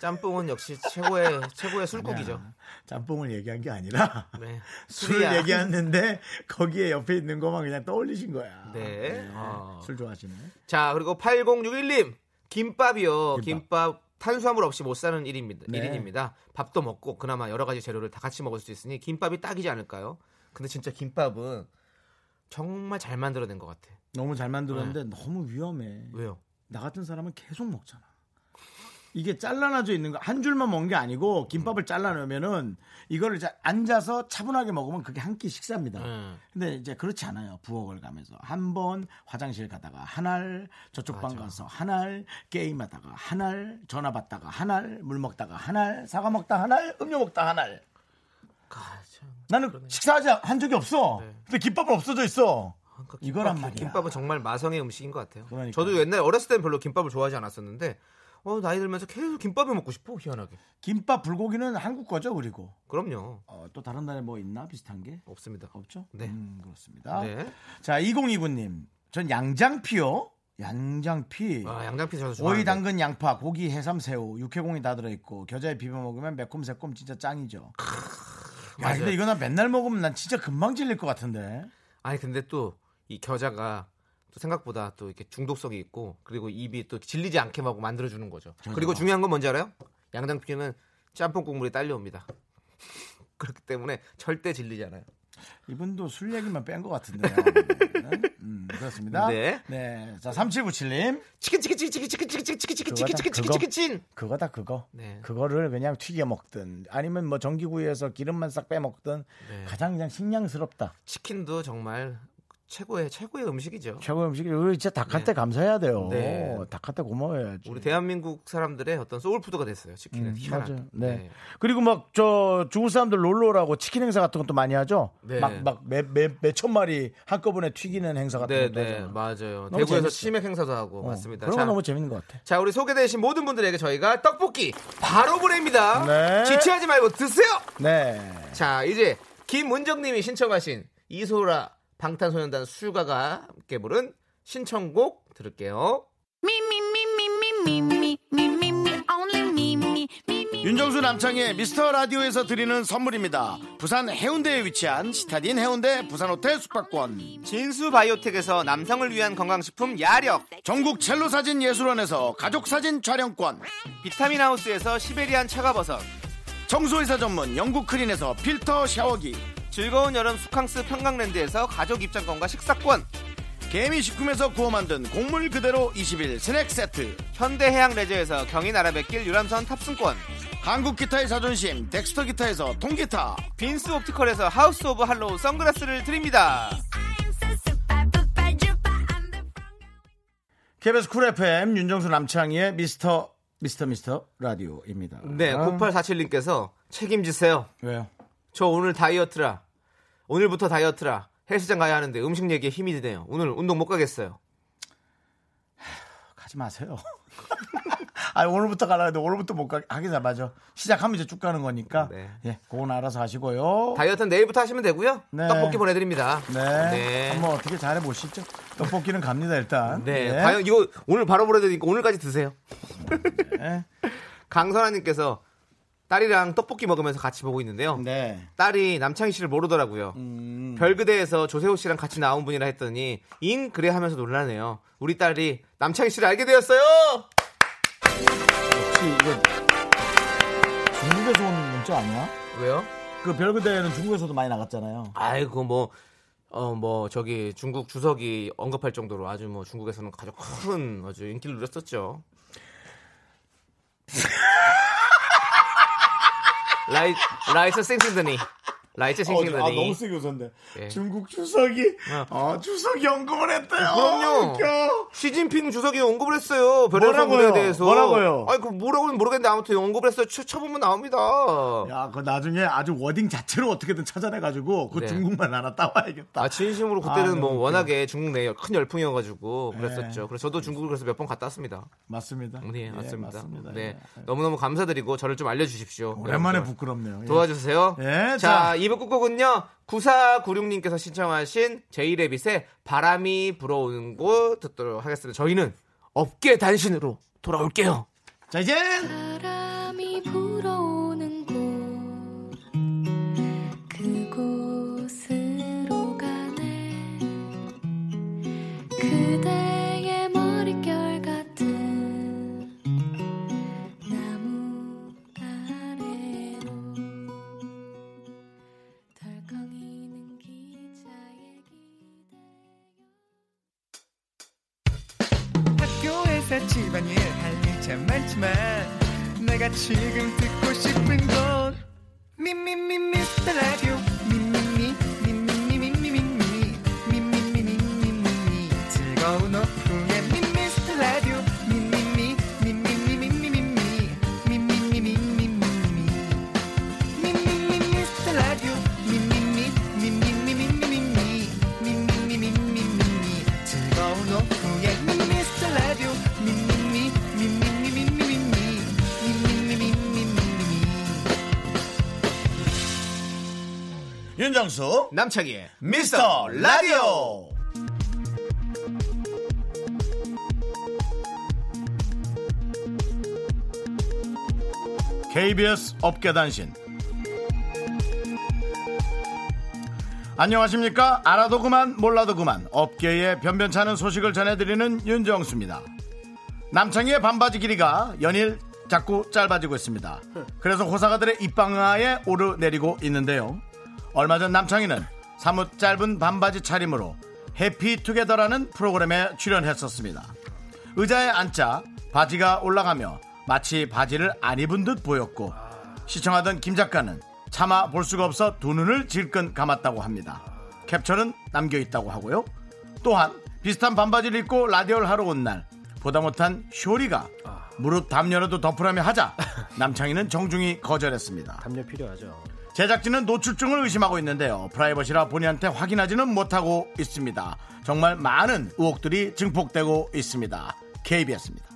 짬뽕은 역시 최고의 최고의 술국이죠. 야, 짬뽕을 얘기한 게 아니라 네. 술 술이야. 얘기했는데 거기에 옆에 있는 것만 그냥 떠올리신 거야. 네. 어. 술 좋아하시네. 자 그리고 8061님 김밥이요. 김밥. 김밥. 탄수화물 없이 못 사는 일입니다. 네. 일인입니다. 밥도 먹고 그나마 여러 가지 재료를 다 같이 먹을 수 있으니 김밥이 딱이지 않을까요? 근데 진짜 김밥은 정말 잘 만들어낸 것 같아. 너무 잘 네. 만들었는데 너무 위험해. 왜요? 나 같은 사람은 계속 먹잖아. 이게 잘라놔져 있는 거 한 줄만 먹은 게 아니고 김밥을 잘라놓으면은 이거를 이제 앉아서 차분하게 먹으면 그게 한 끼 식사입니다. 네. 근데 이제 그렇지 않아요. 부엌을 가면서 한 번 화장실 가다가 한 알 저쪽 방 가서 한 알 게임하다가 한 알 전화 받다가 한 알 물 먹다가 한 알 사과 먹다 한 알 음료 먹다 한 알. 아, 참. 나는 식사하지 한 적이 없어. 네. 근데 김밥은 없어져 있어. 그러니까 이거란 말이야. 김밥은 정말 마성의 음식인 것 같아요. 그러니까요. 저도 옛날 어렸을 때는 별로 김밥을 좋아하지 않았었는데 어, 나이 들면서 계속 김밥이 먹고 싶어 희한하게. 김밥 불고기는 한국 거죠 그리고 그럼요. 어, 또 다른 나라에 뭐 있나 비슷한 게 없습니다. 없죠? 네. 음, 그렇습니다. 네. 자, 2029님. 전 양장피요. 양장피. 아, 양장피 저도 좋아하는데. 오이, 당근, 양파, 고기, 해삼, 새우, 육회공이 다 들어있고 겨자에 비벼 먹으면 매콤새콤 진짜 짱이죠. 야, 근데 맞아요. 이거 나 맨날 먹으면 난 진짜 금방 질릴 것 같은데. 아니 근데 또 이 겨자가 또 생각보다 또 이렇게 중독성이 있고 그리고 입이 또 질리지 않게 막 만들어 주는 거죠. 그러니까. 그리고 중요한 건 뭔지 알아요? 양장피는 짬뽕 국물이 딸려옵니다. 그렇기 때문에 절대 질리지 않아요. 이분도 술 얘기만 뺀 것 같은데요. 음, 그렇습니다. 네. 자, 3797님. 치킨 치킨 치킨 치킨 치킨 치킨 치킨 치킨 치킨 치킨 치킨 그거- 치킨 치킨 그거다 그거. 네. 그거를 그냥 튀겨 먹든 아니면 뭐 전기구이에서 기름만 싹 빼먹든 네. 가장 그냥 식량스럽다. 치킨도 정말 최고의 최고의 음식이죠. 최고 음식이 우리 진짜 닭한테 감사해야 돼요. 네. 닭한테 고마워해야지. 우리 대한민국 사람들의 어떤 소울푸드가 됐어요. 치킨은 음, 희한하게. 맞아요. 네. 그리고 막 저 중국 사람들 롤로라고 치킨 행사 같은 것도 많이 하죠. 네. 막막몇몇천 마리 한꺼번에 튀기는 행사 같은 네, 것도 네, 하잖아요. 맞아요. 너무 대구에서 재밌어요. 치맥 행사도 하고 맞습니다. 그런 거 자, 너무 재밌는 것 같아. 자, 우리 소개되신 모든 분들에게 저희가 떡볶이 바로 보냅니다. 네. 지체하지 말고 드세요. 네. 자, 이제 김은정님이 신청하신 이소라 방탄소년단 수가가 함께 부른 신청곡 들을게요. Me, me, me, me, me, me, me, me, me, me, only me, me, me, me. 윤정수 남창의 미스터 라디오에서 드리는 선물입니다. 부산 해운대에 위치한 시타딘 해운대 부산 호텔 숙박권. 진수 바이오텍에서 남성을 위한 건강식품 야력. 전국 첼로 사진 예술원에서 가족 사진 촬영권. 비타민 하우스에서 시베리안 차가버섯. 청소회사 전문 영국 크린에서 필터 샤워기. 즐거운 여름 수캉스 평강랜드에서 가족 입장권과 식사권. 개미식품에서 구워 만든 곡물 그대로 20일 스낵 세트 현대해양 레저에서 경인아라뱃길 유람선 탑승권 한국 기타의 자존심 덱스터 기타에서 통기타 빈스 옵티컬에서 하우스 오브 할로우 선글라스를 드립니다 I am so super, duper, duper, I'm the front. KBS 쿨 FM 윤정수 남창희의 미스터 미스터 미스터 라디오입니다 네 0847님께서 책임지세요 왜요? 저 오늘 다이어트라 오늘부터 다이어트라 헬스장 가야 하는데 음식 얘기에 힘이 드네요 오늘 운동 못 가겠어요 가지 마세요 아 오늘부터 가라 했는데 오늘부터 못 가게 하긴 맞아 시작하면 이제 쭉 가는 거니까 네. 예 그건 알아서 하시고요 다이어트는 내일부터 하시면 되고요 네. 떡볶이 보내드립니다 네. 네. 한번 어떻게 잘해 보시죠 떡볶이는 갑니다 일단 네, 예. 다이- 이거 오늘 바로 보내드리니까 오늘까지 드세요 네. 강선아님께서 딸이랑 떡볶이 먹으면서 같이 보고 있는데요 네. 음, 딸이 남창희 씨를 모르더라고요. 별그대에서 조세호 씨랑 같이 나온 분이라 했더니 잉 그래 하면서 놀라네요. 우리 딸이 남창희 씨를 알게 되었어요. 혹시 이거 중국에서 온 문자 아니야? 왜요? 그 별그대회는 중국에서도 많이 나갔잖아요. 아이고 뭐. 어, 뭐, 저기, 중국 주석이 언급할 정도로 아주 뭐, 중국에서는 아주 큰 아주 인기를 누렸었죠. 라이, 라이스 싱싱드니. 라이스 아, 너무 싱싱드니. 세게 웃었네. 예. 어. 중국 주석이, 아, 주석이 언급을 했대요. 그럼요. 웃겨. 시진핑 주석이 언급을 했어요. 별의별 뭐라고요? 문에 대해서. 뭐라고요? 아니, 그 뭐라고는 모르겠는데 아무튼 언급을 했어요. 쳐, 쳐보면 나옵니다. 야, 그 나중에 아주 워딩 자체로 어떻게든 찾아내가지고, 그 네. 중국만 하나 따와야겠다. 아, 진심으로 아, 그때는 너무 뭐 웃겨. 네. 워낙에 중국 내에 큰 열풍이어가지고 그랬었죠. 그래서 저도 중국을 그래서 몇 번 갔다 왔습니다. 맞습니다. 네, 예, 맞습니다. 네. 예. 너무너무 감사드리고 저를 좀 알려주십시오. 오랜만에 여러분들. 부끄럽네요. 예. 도와주세요. 예, 자. 자, 이부 끝곡은요. 9496님께서 신청하신 제이레빗의 바람이 불어오는 곳 듣도록 하겠습니다. 저희는 업계 단신으로 돌아올게요. 예. 자, 이젠! 바람이 불어오는 곳 그곳으로 가네 그대의 머릿결 같은 나무 아래로 덜컹이는 기차의 기대 집안일 할 일 참 많지만 내가 지금 듣고 싶은 건 미미미 미스터 라디오 미미미 미미미 미미미 미미미 미미미 즐거운 오후에 미스터 라디오 미미미 미미미 미미미 미미미 미미미 윤정수 남창희의 미스터 라디오 KBS 업계단신 안녕하십니까 알아도 그만 몰라도 그만 업계의 변변찮은 소식을 전해드리는 윤정수입니다 남창희의 반바지 길이가 연일 자꾸 짧아지고 있습니다 그래서 호사가들의 입방아에 오르내리고 있는데요 얼마 전 남창희는 사뭇 짧은 반바지 차림으로 해피투게더라는 프로그램에 출연했었습니다 의자에 앉자 바지가 올라가며 마치 바지를 안 입은 듯 보였고 시청하던 김 작가는 차마 볼 수가 없어 두 눈을 질끈 감았다고 합니다. 캡처는 남겨 있다고 하고요. 또한 비슷한 반바지를 입고 라디오를 하러 온 날 보다 못한 쇼리가 무릎 담요라도 덮으라며 하자 남창희는 정중히 거절했습니다. 담요 필요하죠. 제작진은 노출증을 의심하고 있는데요. 프라이버시라 본인한테 확인하지는 못하고 있습니다. 정말 많은 의혹들이 증폭되고 있습니다. KBS입니다.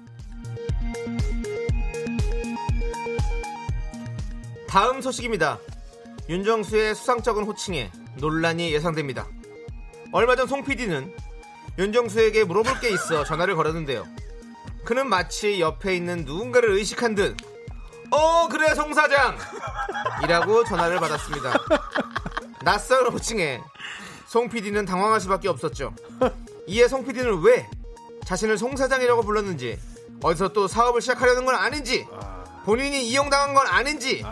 다음 소식입니다. 윤정수의 수상쩍은 호칭에 논란이 예상됩니다. 얼마 전 송 PD는 윤정수에게 물어볼 게 있어 전화를 걸었는데요. 그는 마치 옆에 있는 누군가를 의식한 듯, 어, 그래, 송 사장! 이라고 전화를 받았습니다. 낯선 호칭에 송 PD는 당황할 수밖에 없었죠. 이에 송 PD는 왜 자신을 송 사장이라고 불렀는지, 어디서 또 사업을 시작하려는 건 아닌지, 본인이 이용당한 건 아닌지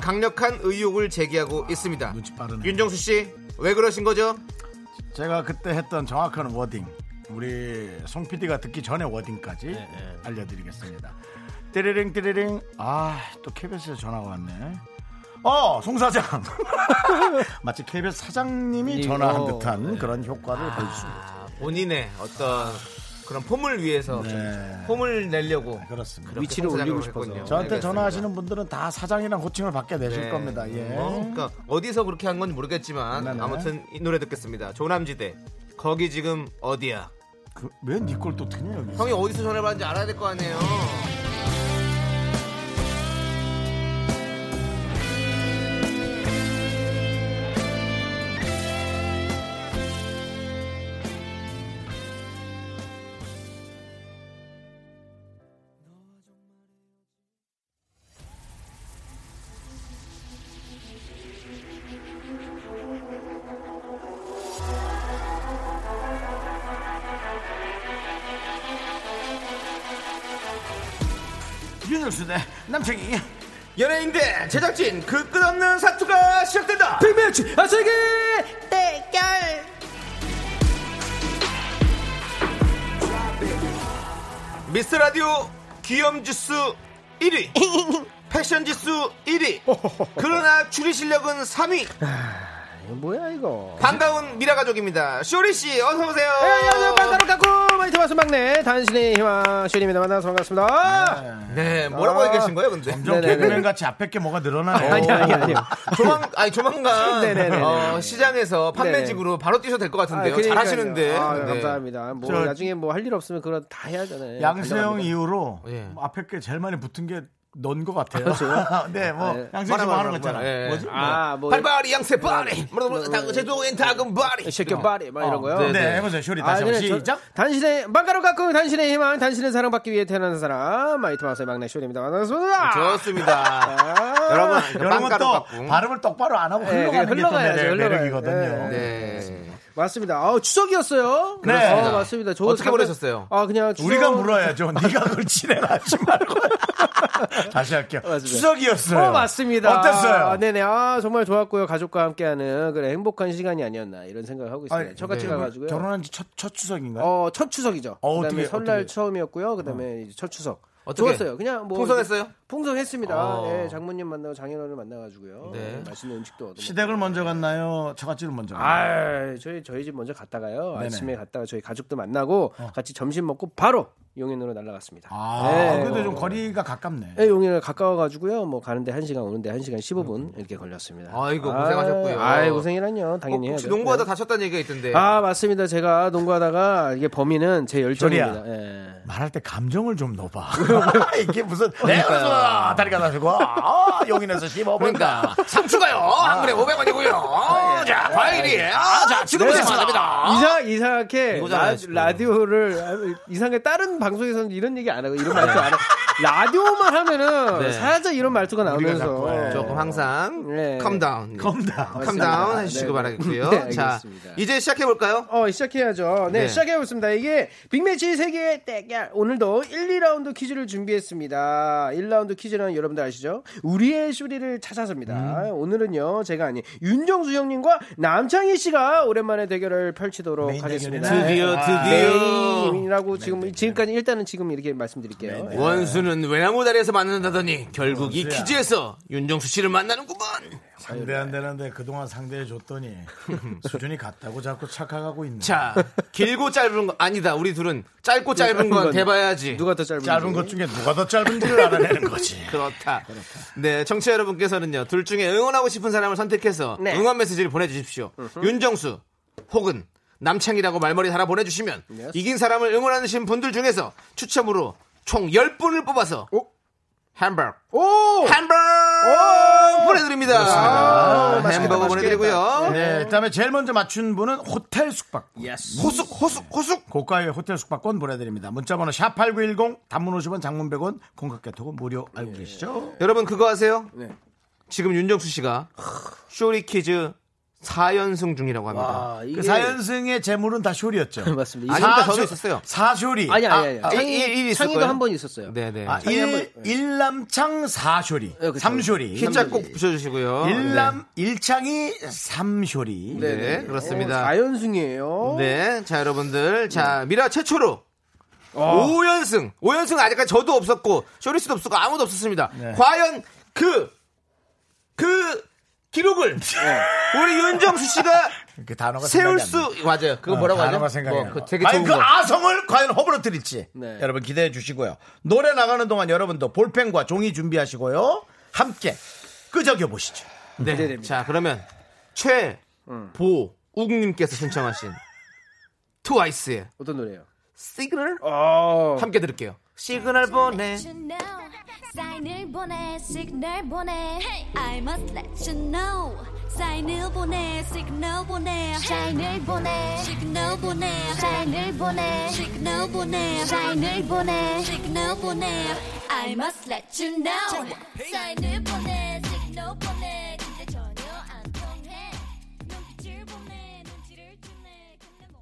강력한 의혹을 제기하고 있습니다. 눈치 빠르네. 윤정수 씨, 왜 그러신 거죠? 제가 그때 했던 정확한 워딩 우리 송 PD가 듣기 전에 워딩까지 알려드리겠습니다. 띠리링 띠리링 아또 KBS에서 전화가 왔네. 어, 송 사장. 마치 KBS 사장님이 전화한 듯한 그런 효과를 보여줍니다. 아, 본인의 어떤 그런 폼을 위해서 네. 폼을 내려고 그렇습니다. 위치를 올리고 싶어서 저한테 전화하시는 분들은 다 사장이랑 호칭을 받게 되실 겁니다. 예. 네. 그러니까 어디서 그렇게 한 건지 모르겠지만 네네. 아무튼 이 노래 듣겠습니다. 조남지대 거기 지금 어디야? 그, 왜니꼴또 드냐 여기? 형이 어디서 전화를 받는지 알아야 될 거 아니에요. 윤정수 대 남창희. 연예인대 제작진 그 끝없는 사투가 시작된다. 빅매치 아세기 대결. 미스 라디오 귀염 지수 1위, 패션 지수 1위, 그러나 추리 실력은 3위. 뭐야 이거? 반가운 미라 가족입니다. 쇼리 씨 어서 오세요. 예, 안녕하세요, 반가로 가고 마이트 마스 막내 단신의 희망 쇼리입니다. 만나서 반갑습니다. 네, 뭐라고 아, 하고 계신 거예요, 근데? 좀 네네네. 개그맨 같이 앞에 게 뭐가 늘어나네. 아니 아니 아니요. 조만, 아니, 조만간 네네네네. 네. 어, 시장에서 판매직으로 바로 뛰셔도 될 것 같은데요. 아, 그러니까요. 잘하시는데. 아, 네. 감사합니다. 뭐 저- 나중에 뭐 할 일 없으면 그거 다 해야잖아요. 양세형 이 이후로 예. 뭐 앞에 게 제일 많이 붙은 게 넌 것 같아요. 네, 뭐 예. 양세형 씨뭐 하는 거 있잖아. 예. 뭐지? 아, 뭐 네. 발발이 양세 바리. 제도엔 작은 바리. 쉐켜 바리 막 어, 이런 거요. 네, 해보세요. 쇼리 다시 아, 한번 그래, 저- 시작. 단신의 망가로 갖고 당신의 희망, 당신의 사랑받기 위해 태어난 사람 마이트 마스의 막내 쇼리입니다. 반갑습니다. 네, 아. 좋습니다. 아. 여러분, 여러분 빵가루 또 갖고. 발음을 똑바로 안 하고 네, 흘러가는 그냥 게 또 매력, 흘러가야죠, 흘러가야. 매력이거든요. 네. 네. 맞습니다. 아, 추석이었어요. 네. 아, 맞습니다. 저 어떻게 잠깐- 보내셨어요? 아, 그냥 추석... 우리가 물어야죠. 네가 그걸 진행하지 말고. 다시 할게요. 맞습니다. 추석이었어요. 어, 맞습니다. 어땠어요? 아, 네네. 아, 정말 좋았고요. 가족과 함께하는 그래 행복한 시간이 아니었나 이런 생각을 하고 있습니다. 아니, 저같이 네. 가가지고요. 결혼한 지 첫 첫 추석인가요? 어, 첫 추석이죠. 어, 그다음에 어떻게, 설날 어떻게. 처음이었고요. 그다음에 이제 첫 추석. 어떻게? 좋았어요. 그냥 뭐 풍성했어요? 풍성했습니다. 어. 예, 장모님 만나고 장인어른을 만나가지고요. 네. 예, 맛있는 음식도 얻어. 시댁을 먼저 갔나요? 처갓집을 먼저 갔나요? 아, 저희 저희 집 먼저 갔다가요. 아침에 갔다가 저희 가족도 만나고 어. 같이 점심 먹고 바로 용인으로 날아갔습니다. 아, 예. 그래도 좀 거리가 가깝네. 예, 용인을 가까워가지고요. 뭐 가는데 1시간 오는데 1시간 15분 이렇게 걸렸습니다. 아이고, 고생하셨고요. 아, 이 고생이란요. 당연히 해야죠. 혹시 농구하다 다쳤다는 얘기가 있던데. 네. 아 맞습니다. 제가 농구하다가 이게 범인은 제 열정입니다. 예. 말할 때 감정을 좀 넣어봐. 이게 무슨 내가 다리가 나지고 아, 용인에서 뭐 씹어본다. 그러니까 상추가요. 아, 한 그릇 500원이고요. 자, 과일이. 아, 자, 지금 내가 시작합니다. 이상 이상하게 이거잖아요, 라, 지금. 라디오를 이상하게 다른 방송에서는 이런 얘기 안 하고 이런 말투 안 하고 라디오만 하면은 네. 살짝 이런 말투가 나오면서 예. 조금 항상 네. 컴다운. 컴다운. 컴다운 맞습니다. 해주시고 네, 네. 바라겠고요. 네, 자, 알겠습니다. 이제 시작해볼까요? 어 시작해야죠. 네, 네. 시작해보겠습니다. 이게 빅매치 세계의 대결 오늘도 1, 2라운드 퀴즈를 준비했습니다. 1라운드 퀴즈는 여러분들 아시죠? 우리의 쇼리를 찾아서입니다. 오늘은요 제가 아닌 윤정수 형님과 남창희 씨가 오랜만에 대결을 펼치도록 하겠습니다. 네. 드디어, 드디어. 메인이라고 지금 지금까지 일단은 지금 이렇게 말씀드릴게요. 네. 원수는 외나무 다리에서 만난다더니 결국 이 퀴즈에서 윤정수 씨를 만나는구만. 상대 안 되는데 그동안 상대해 줬더니 수준이 같다고 자꾸 착각하고 있네. 자, 길고 짧은 거 아니다. 우리 둘은 짧고 네, 짧은 건 대봐야지. 누가 더 짧은지. 짧은 것 중에 누가 더 짧은지를 알아내는 거지. 그렇다. 네, 청취자 여러분께서는요. 둘 중에 응원하고 싶은 사람을 선택해서 네. 응원 메시지를 보내 주십시오. 윤정수 혹은 남창이라고 말머리 달아 보내 주시면 Yes. 이긴 사람을 응원하신 분들 중에서 추첨으로 총 10분을 뽑아서 오? 햄버거 오! 햄버거 보내 아, 드립니다. 맛있겠다, 햄버거 맛있겠다. 보내 드리고요. 네, 그다음에 제일 먼저 맞춘 분은 호텔 숙박권. 네. 호숙 호숙 호숙 고가의 호텔 숙박권 보내드립니다. 문자번호 샵 #8910 단문 50원, 장문 100원, 공각개톡은 무료 알고 계시죠? 여러분 그거 아세요? 네. 지금 윤정수 씨가 쇼리 퀴즈 4연승 중이라고 합니다. 아, 이게 그 사연승의 재물은 다 쇼리였죠. 맞습니다. 아닙니다. 사- 저도 있었어요. 사쇼리. 아니 아니 아, 아니. 일- 일이 있을 창희도 거예요? 한 번 있었어요. 네네. 아, 일, 일남창 사쇼리. 그렇죠. 네. 삼쇼리. 흰자꼭 붙여주시고요. 일남, 일창이 삼쇼리. 네, 네, 어, 어, 그렇습니다. 자연승이에요. 네, 자 네. 여러분들, 자 미라 최초로 어. 5연승, 5연승 아직까지 저도 없었고 쇼리스도 없었고 아무도 없었습니다. 네. 과연 그 그 기록을 우리 윤정수 씨가 그 단어가 세울 네. 생각이 안 나. 수 맞아요. 그거 뭐라고 아, 하죠? 단어가 생각이 뭐, 안 그 나. 되게 아니, 좋은 그 거. 아성을 과연 허물어뜨릴지 네. 여러분 기대해 주시고요. 노래 나가는 동안 여러분도 볼펜과 종이 준비하시고요. 함께 끄적여 보시죠. 네. 자 그러면 최보욱님께서 신청하신 음. 트와이스의 어떤 노래예요? 시그널 어. 함께 들을게요. 시그널 보내. you know. 사인을 보내, 시그널 보내. I must let you know. 사인을 보내, 시그널 보내. 사인을 보내, 시그널 보내. 사인을 보내, 시그널 보내. 사인을 보내, 시그널 보내. I must let you know. 사인을 보내, 시그널 보내. 근데 전혀 안 통해. 눈빛을 보내, 눈치를 주네. 근데 못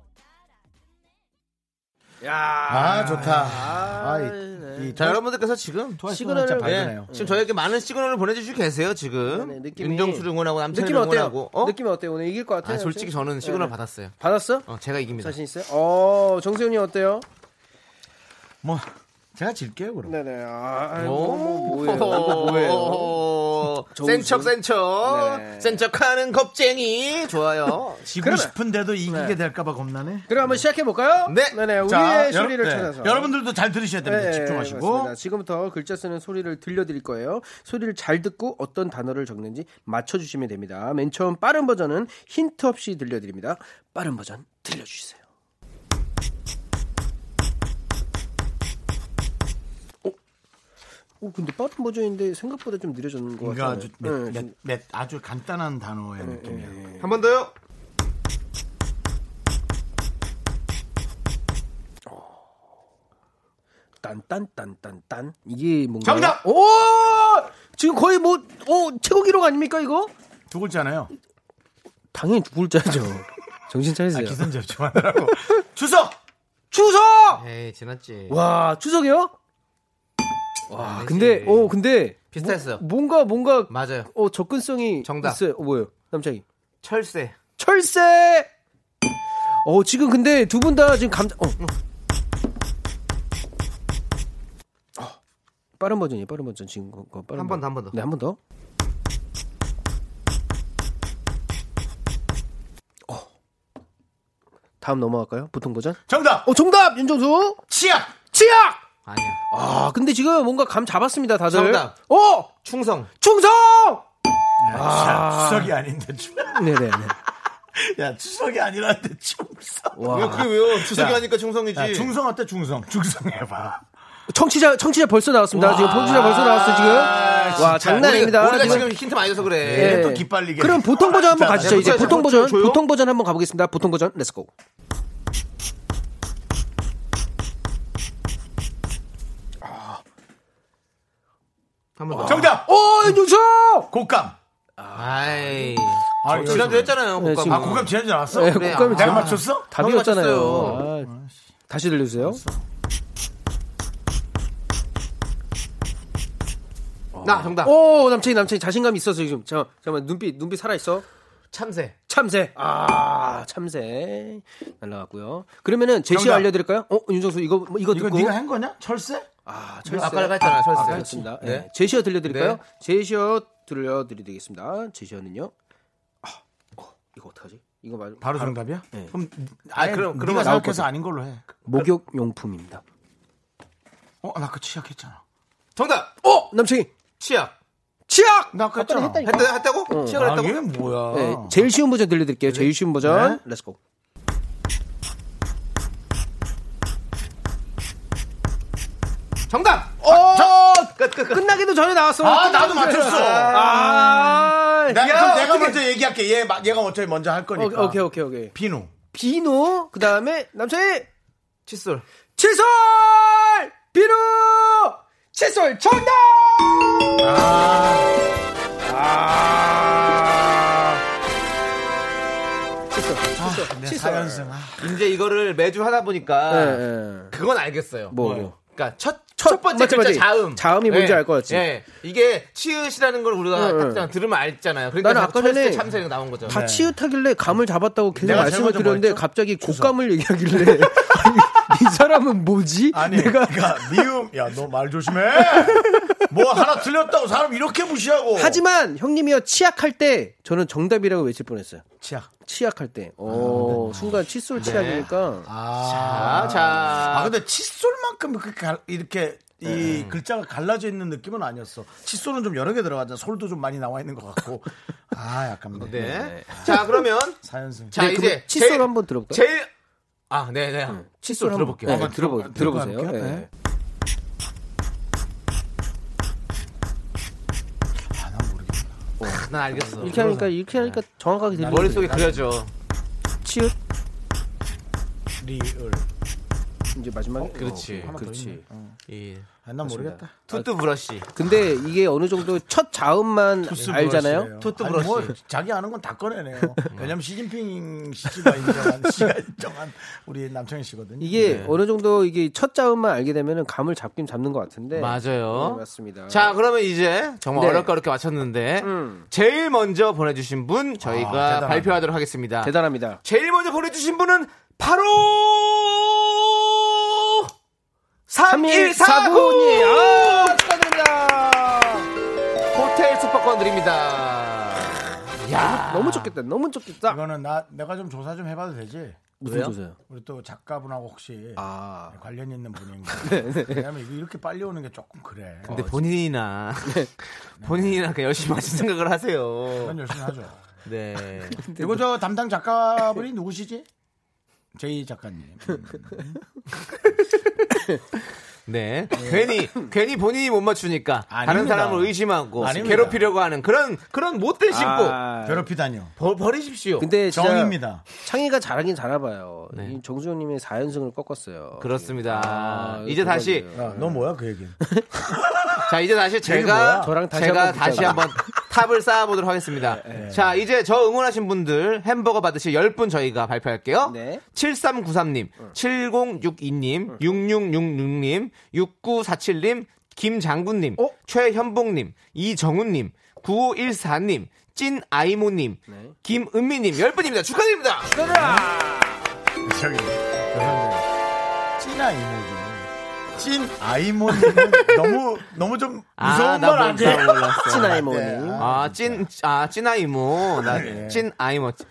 알아듣네. 아, 좋다. 아, 네. 이, 이 자 여러분들께서 지금 시그널을- 진짜 예, 밝으네요. 지금 저에게 많은 시그널을 보내주시고 계세요 지금 네, 느낌이- 윤정수를 응원하고 남편을 느낌 어때요? 응원하고 어? 느낌 어때요? 오늘 이길 것 같아요. 아, 솔직히 혹시? 저는 시그널 네. 받았어요 받았어? 어, 제가 이깁니다 자신 있어요? 어, 정세훈이 어때요? 뭐 제가 질게요 그럼. 어? 네네. 아, 아이, 오, 뭐, 뭐, 뭐예요? 이거 뭐예요? 뭐예요? 정수. 센척 센척 네. 센척하는 겁쟁이 좋아요 지고 그러면- 싶은데도 이기게 네. 될까봐 겁나네. 그럼 한번 시작해 볼까요? 네. 네네. 우리의 여러- 소리를 네. 찾아서. 여러분들도 잘 들으셔야 됩니다. 네, 집중하시고. 맞습니다. 지금부터 글자 쓰는 소리를 들려드릴 거예요. 소리를 잘 듣고 어떤 단어를 적는지 맞춰주시면 됩니다. 맨 처음 빠른 버전은 힌트 없이 들려드립니다. 빠른 버전 들려주세요. 오, 어? 근데 빠른 버전인데 생각보다 좀 느려졌는 것 그러니까 같아요. 네, 아주 몇, 몇, 몇 아주 간단한 단어의 느낌이에요. 한 번 더요 딴딴딴딴딴 이게 뭔가 정답! 오 지금 거의 뭐 오 최고 기록 아닙니까 이거? 두 글자네요. 당연히 두 글자죠. 정신 차리세요. 아, 기선 집중하느라고. 추석! 추석! 에이 지났지. 아. 와, 추석이요? 와 근데, 어, 근데. 비슷했어요. 뭐- 뭔가, 뭔가, 맞아요. 어, 접근성이. 정답. 있어요. 어, 뭐예요? 남창이. 철새. 철새! 어, 지금 근데 두 분 다 지금 감자, 어. 어. 빠른 버전이에요, 빠른 버전. 지금 거, 거 빠른 한 번 더, 한번 더. 네, 한 번 더. 어. 다음 넘어갈까요? 보통 버전? 정답! 어, 정답! 윤정수! 치약! 치약! 아니야. 아, 근데 지금 뭔가 감 잡았습니다, 다들. 정답. 어! 충성. 충성! 야, 네, 추석이 아닌데 추... 네네네. 야 추석이 아니라는데 충성. 왜 와. 그게 왜요? 추석이 야. 하니까 충성이지. 야, 충성 어때 충성? 충성해봐. 청취자, 청취자 벌써 나왔습니다. 지금 청취자 벌써 나왔어, 지금. 와, 장난 아닙니다. 우리가 지금. 지금 힌트 많이 줘서 그래. 예. 또 기빨리게. 그럼 보통 버전 한번 자, 가시죠. 이제 보통 보통 버전 버전, 줘요? 보통 버전 한번 가보겠습니다. 보통 버전, 렛츠고. 한 번 더. 정답! 오, 윤종수! 곡감. 아이. 아, 이거 지난주 했잖아요. 네, 국감. 지금. 아 곡감 지난주 나왔어? 네, 그래, 국감이 아, 내가 지금 맞췄어? 답이었잖아요. 맞췄어요. 아, 다시 들려주세요. 어. 나 정답. 오, 남친이, 남친이 자신감 있어서 지금. 잠깐, 잠깐만, 눈빛, 눈빛 살아있어. 참새. 참새. 아, 참새. 날라갔고요. 그러면은 제시 정답. 알려드릴까요? 어, 윤정수, 이거, 뭐 이거 이거 듣고. 네가 한 거냐? 철새? 아, 철새. 아까 내가 했잖아. 철새. 그렇습니다. 네. 예, 제시어 들려드릴까요? 네. 제시어 들려드리겠습니다. 제시어는요. 아, 어, 이거 어떡하지? 이거 말 바로 정답이야? 네. 그럼 아예 아니, 그럼 그럼 그럼- 그러면 나올 나올 해서 아닌 걸로 해. 목욕 용품입니다. 어, 나 그 치약했잖아. 정답. 어, 남친이 치약. 치약. 나 아까 했잖아. 했다, 했다 했다고? 어. 치약을 아, 했다고? 이게 뭐야? 네, 제일 쉬운 버전 들려드릴게요. 제일 쉬운 버전. 네. 렛츠고. 정답. 어, 끝, 끝, 끝. 끝나기도 전에 나왔어. 아, 끝나기도 나도 전에. 맞췄어. 아, 나, 야, 그럼 내가 어떡해. 먼저 얘기할게. 얘 마- 얘가 어차피 먼저 할 거니까. 어, 오케이, 오케이, 오케이. 비누. 비노. 그 다음에 남친이 칫솔. 칫솔 비누 칫솔 정답. 칫솔, 칫솔, 네, 칫솔. 사연승. 아, 이제 이거를 매주 하다 보니까 예, 예. 그건 알겠어요. 뭐, 뭐. 그러니까 첫, 첫 첫, 번째 맞지, 글자 맞지. 자음. 자음이 뭔지 알것 같지. 예. 이게 치읓이라는 걸 우리가 응, 딱 응. 들으면 알잖아요. 그러니까 나는 아까 철새, 전에 참새가 나온 거죠. 다 치읓하길래 감을 잡았다고 계속 내가 제일 말씀을 먼저 드렸는데 뭐 했죠? 갑자기 곶감을 얘기하길래 아니, 이 사람은 뭐지? 아니, 내가 그러니까 미음. 야, 너 말 조심해. 뭐 하나 틀렸다고 사람 이렇게 무시하고. 하지만 형님이요 치약할 때 저는 정답이라고 외칠 뻔했어요. 치약. 치약할 때. 오, 순간 칫솔 치약이니까. 자, 자. 아 근데 칫솔만큼 그렇게 갈- 이렇게 이 네. 글자가 갈라져 있는 느낌은 아니었어. 칫솔은 좀 여러 개 들어가잖아. 솔도 좀 많이 나와 있는 것 같고. 아 약간 뭐. 네. 자, 그러면 사연승. 자, 네, 그럼 이제 칫솔 제일- 한번 들어볼까요? 제일 아, 네, 네. 칫솔 들어볼게요. 네, 들어보, 들어보세요. 들어볼게요. 예. 네. 아난 모르겠다. 난 알겠어. 이렇게 어, 하니까 이렇게 하니까 정확하게 들리는 머릿속에 그려져. 치읓 리을. 아, 이제 마지막에 그렇지. 예. 어, 그렇지. 이 아난 모르겠다. 투뚜 브러쉬. 근데 이게 어느 정도 첫 자음만 알잖아요. 음. 토트 아니, 뭐 브러쉬. 자기 아는 건 다 꺼내네요. 왜냐면 시진핑 씨가 인정한 씨가 인정한 우리 남청희 씨거든요. 이게 어느 정도 이게 첫 자음만 알게 되면은 감을 잡긴 잡는 것 같은데. 맞아요. 네, 맞습니다. 자, 그러면 이제 정말 네. 음. 어렵게 어렵게 맞췄는데 제일 먼저 보내 주신 분 저희가 대단하네. 발표하도록 하겠습니다. 아, 대단합니다. 제일 먼저 보내주신 분은 바로 3149님 아, 축하드립니다. 호텔 숙박권 드립니다 야 너무 좋겠다. 너무 좋겠다. 이거는 나 내가 좀 조사 좀 해봐도 되지? 무슨 조세요? 우리 또 작가분하고 혹시 아. 네, 관련 있는 분인가? 왜냐면 이거 이렇게 빨리 오는 게 조금 그래. 근데 본인이나 네. 본인이나 그 열심히 하실 생각을 하세요 그건 열심히 하죠. 네 그리고 저 담당 작가분이 누구시지? 제이 작가님. 네. 괜히 괜히 본인이 못 맞추니까 다른 아닙니다. 사람을 의심하고 아닙니다. 괴롭히려고 하는 그런 그런 못된 심보 아, 괴롭히다니요. 버- 버리십시오 근데 진짜 정입니다. 창희가 잘하긴 잘하봐요. 정수영님의 4연승을 꺾었어요. 그렇습니다 아, 이제 다시 대박이에요. 야, 너 뭐야 그 얘기? 자 이제 다시 뭐야? 제가 저랑 다시 제가 한번 네, 다시 붙자고. 한번 탑을 쌓아보도록 하겠습니다. 자, 이제 저 응원하신 분들 햄버거 받으실 10분 저희가 발표할게요. 네. 7393님, 7062님, 6666님, 6947님, 김장군님, 어? 최현봉님, 이정훈님, 9514님, 찐 아이모님, 네. 김은미님 10분입니다. 축하드립니다. 저기 찐아 이모죠. 찐 아이모는 너무 너무 좀 무서운 아, 말 아니에요? 나 뭔지 몰랐어. 네. 친아이모님. 아, 찐, 아, 찐아이모. 나, 네. 찐아이모. 나,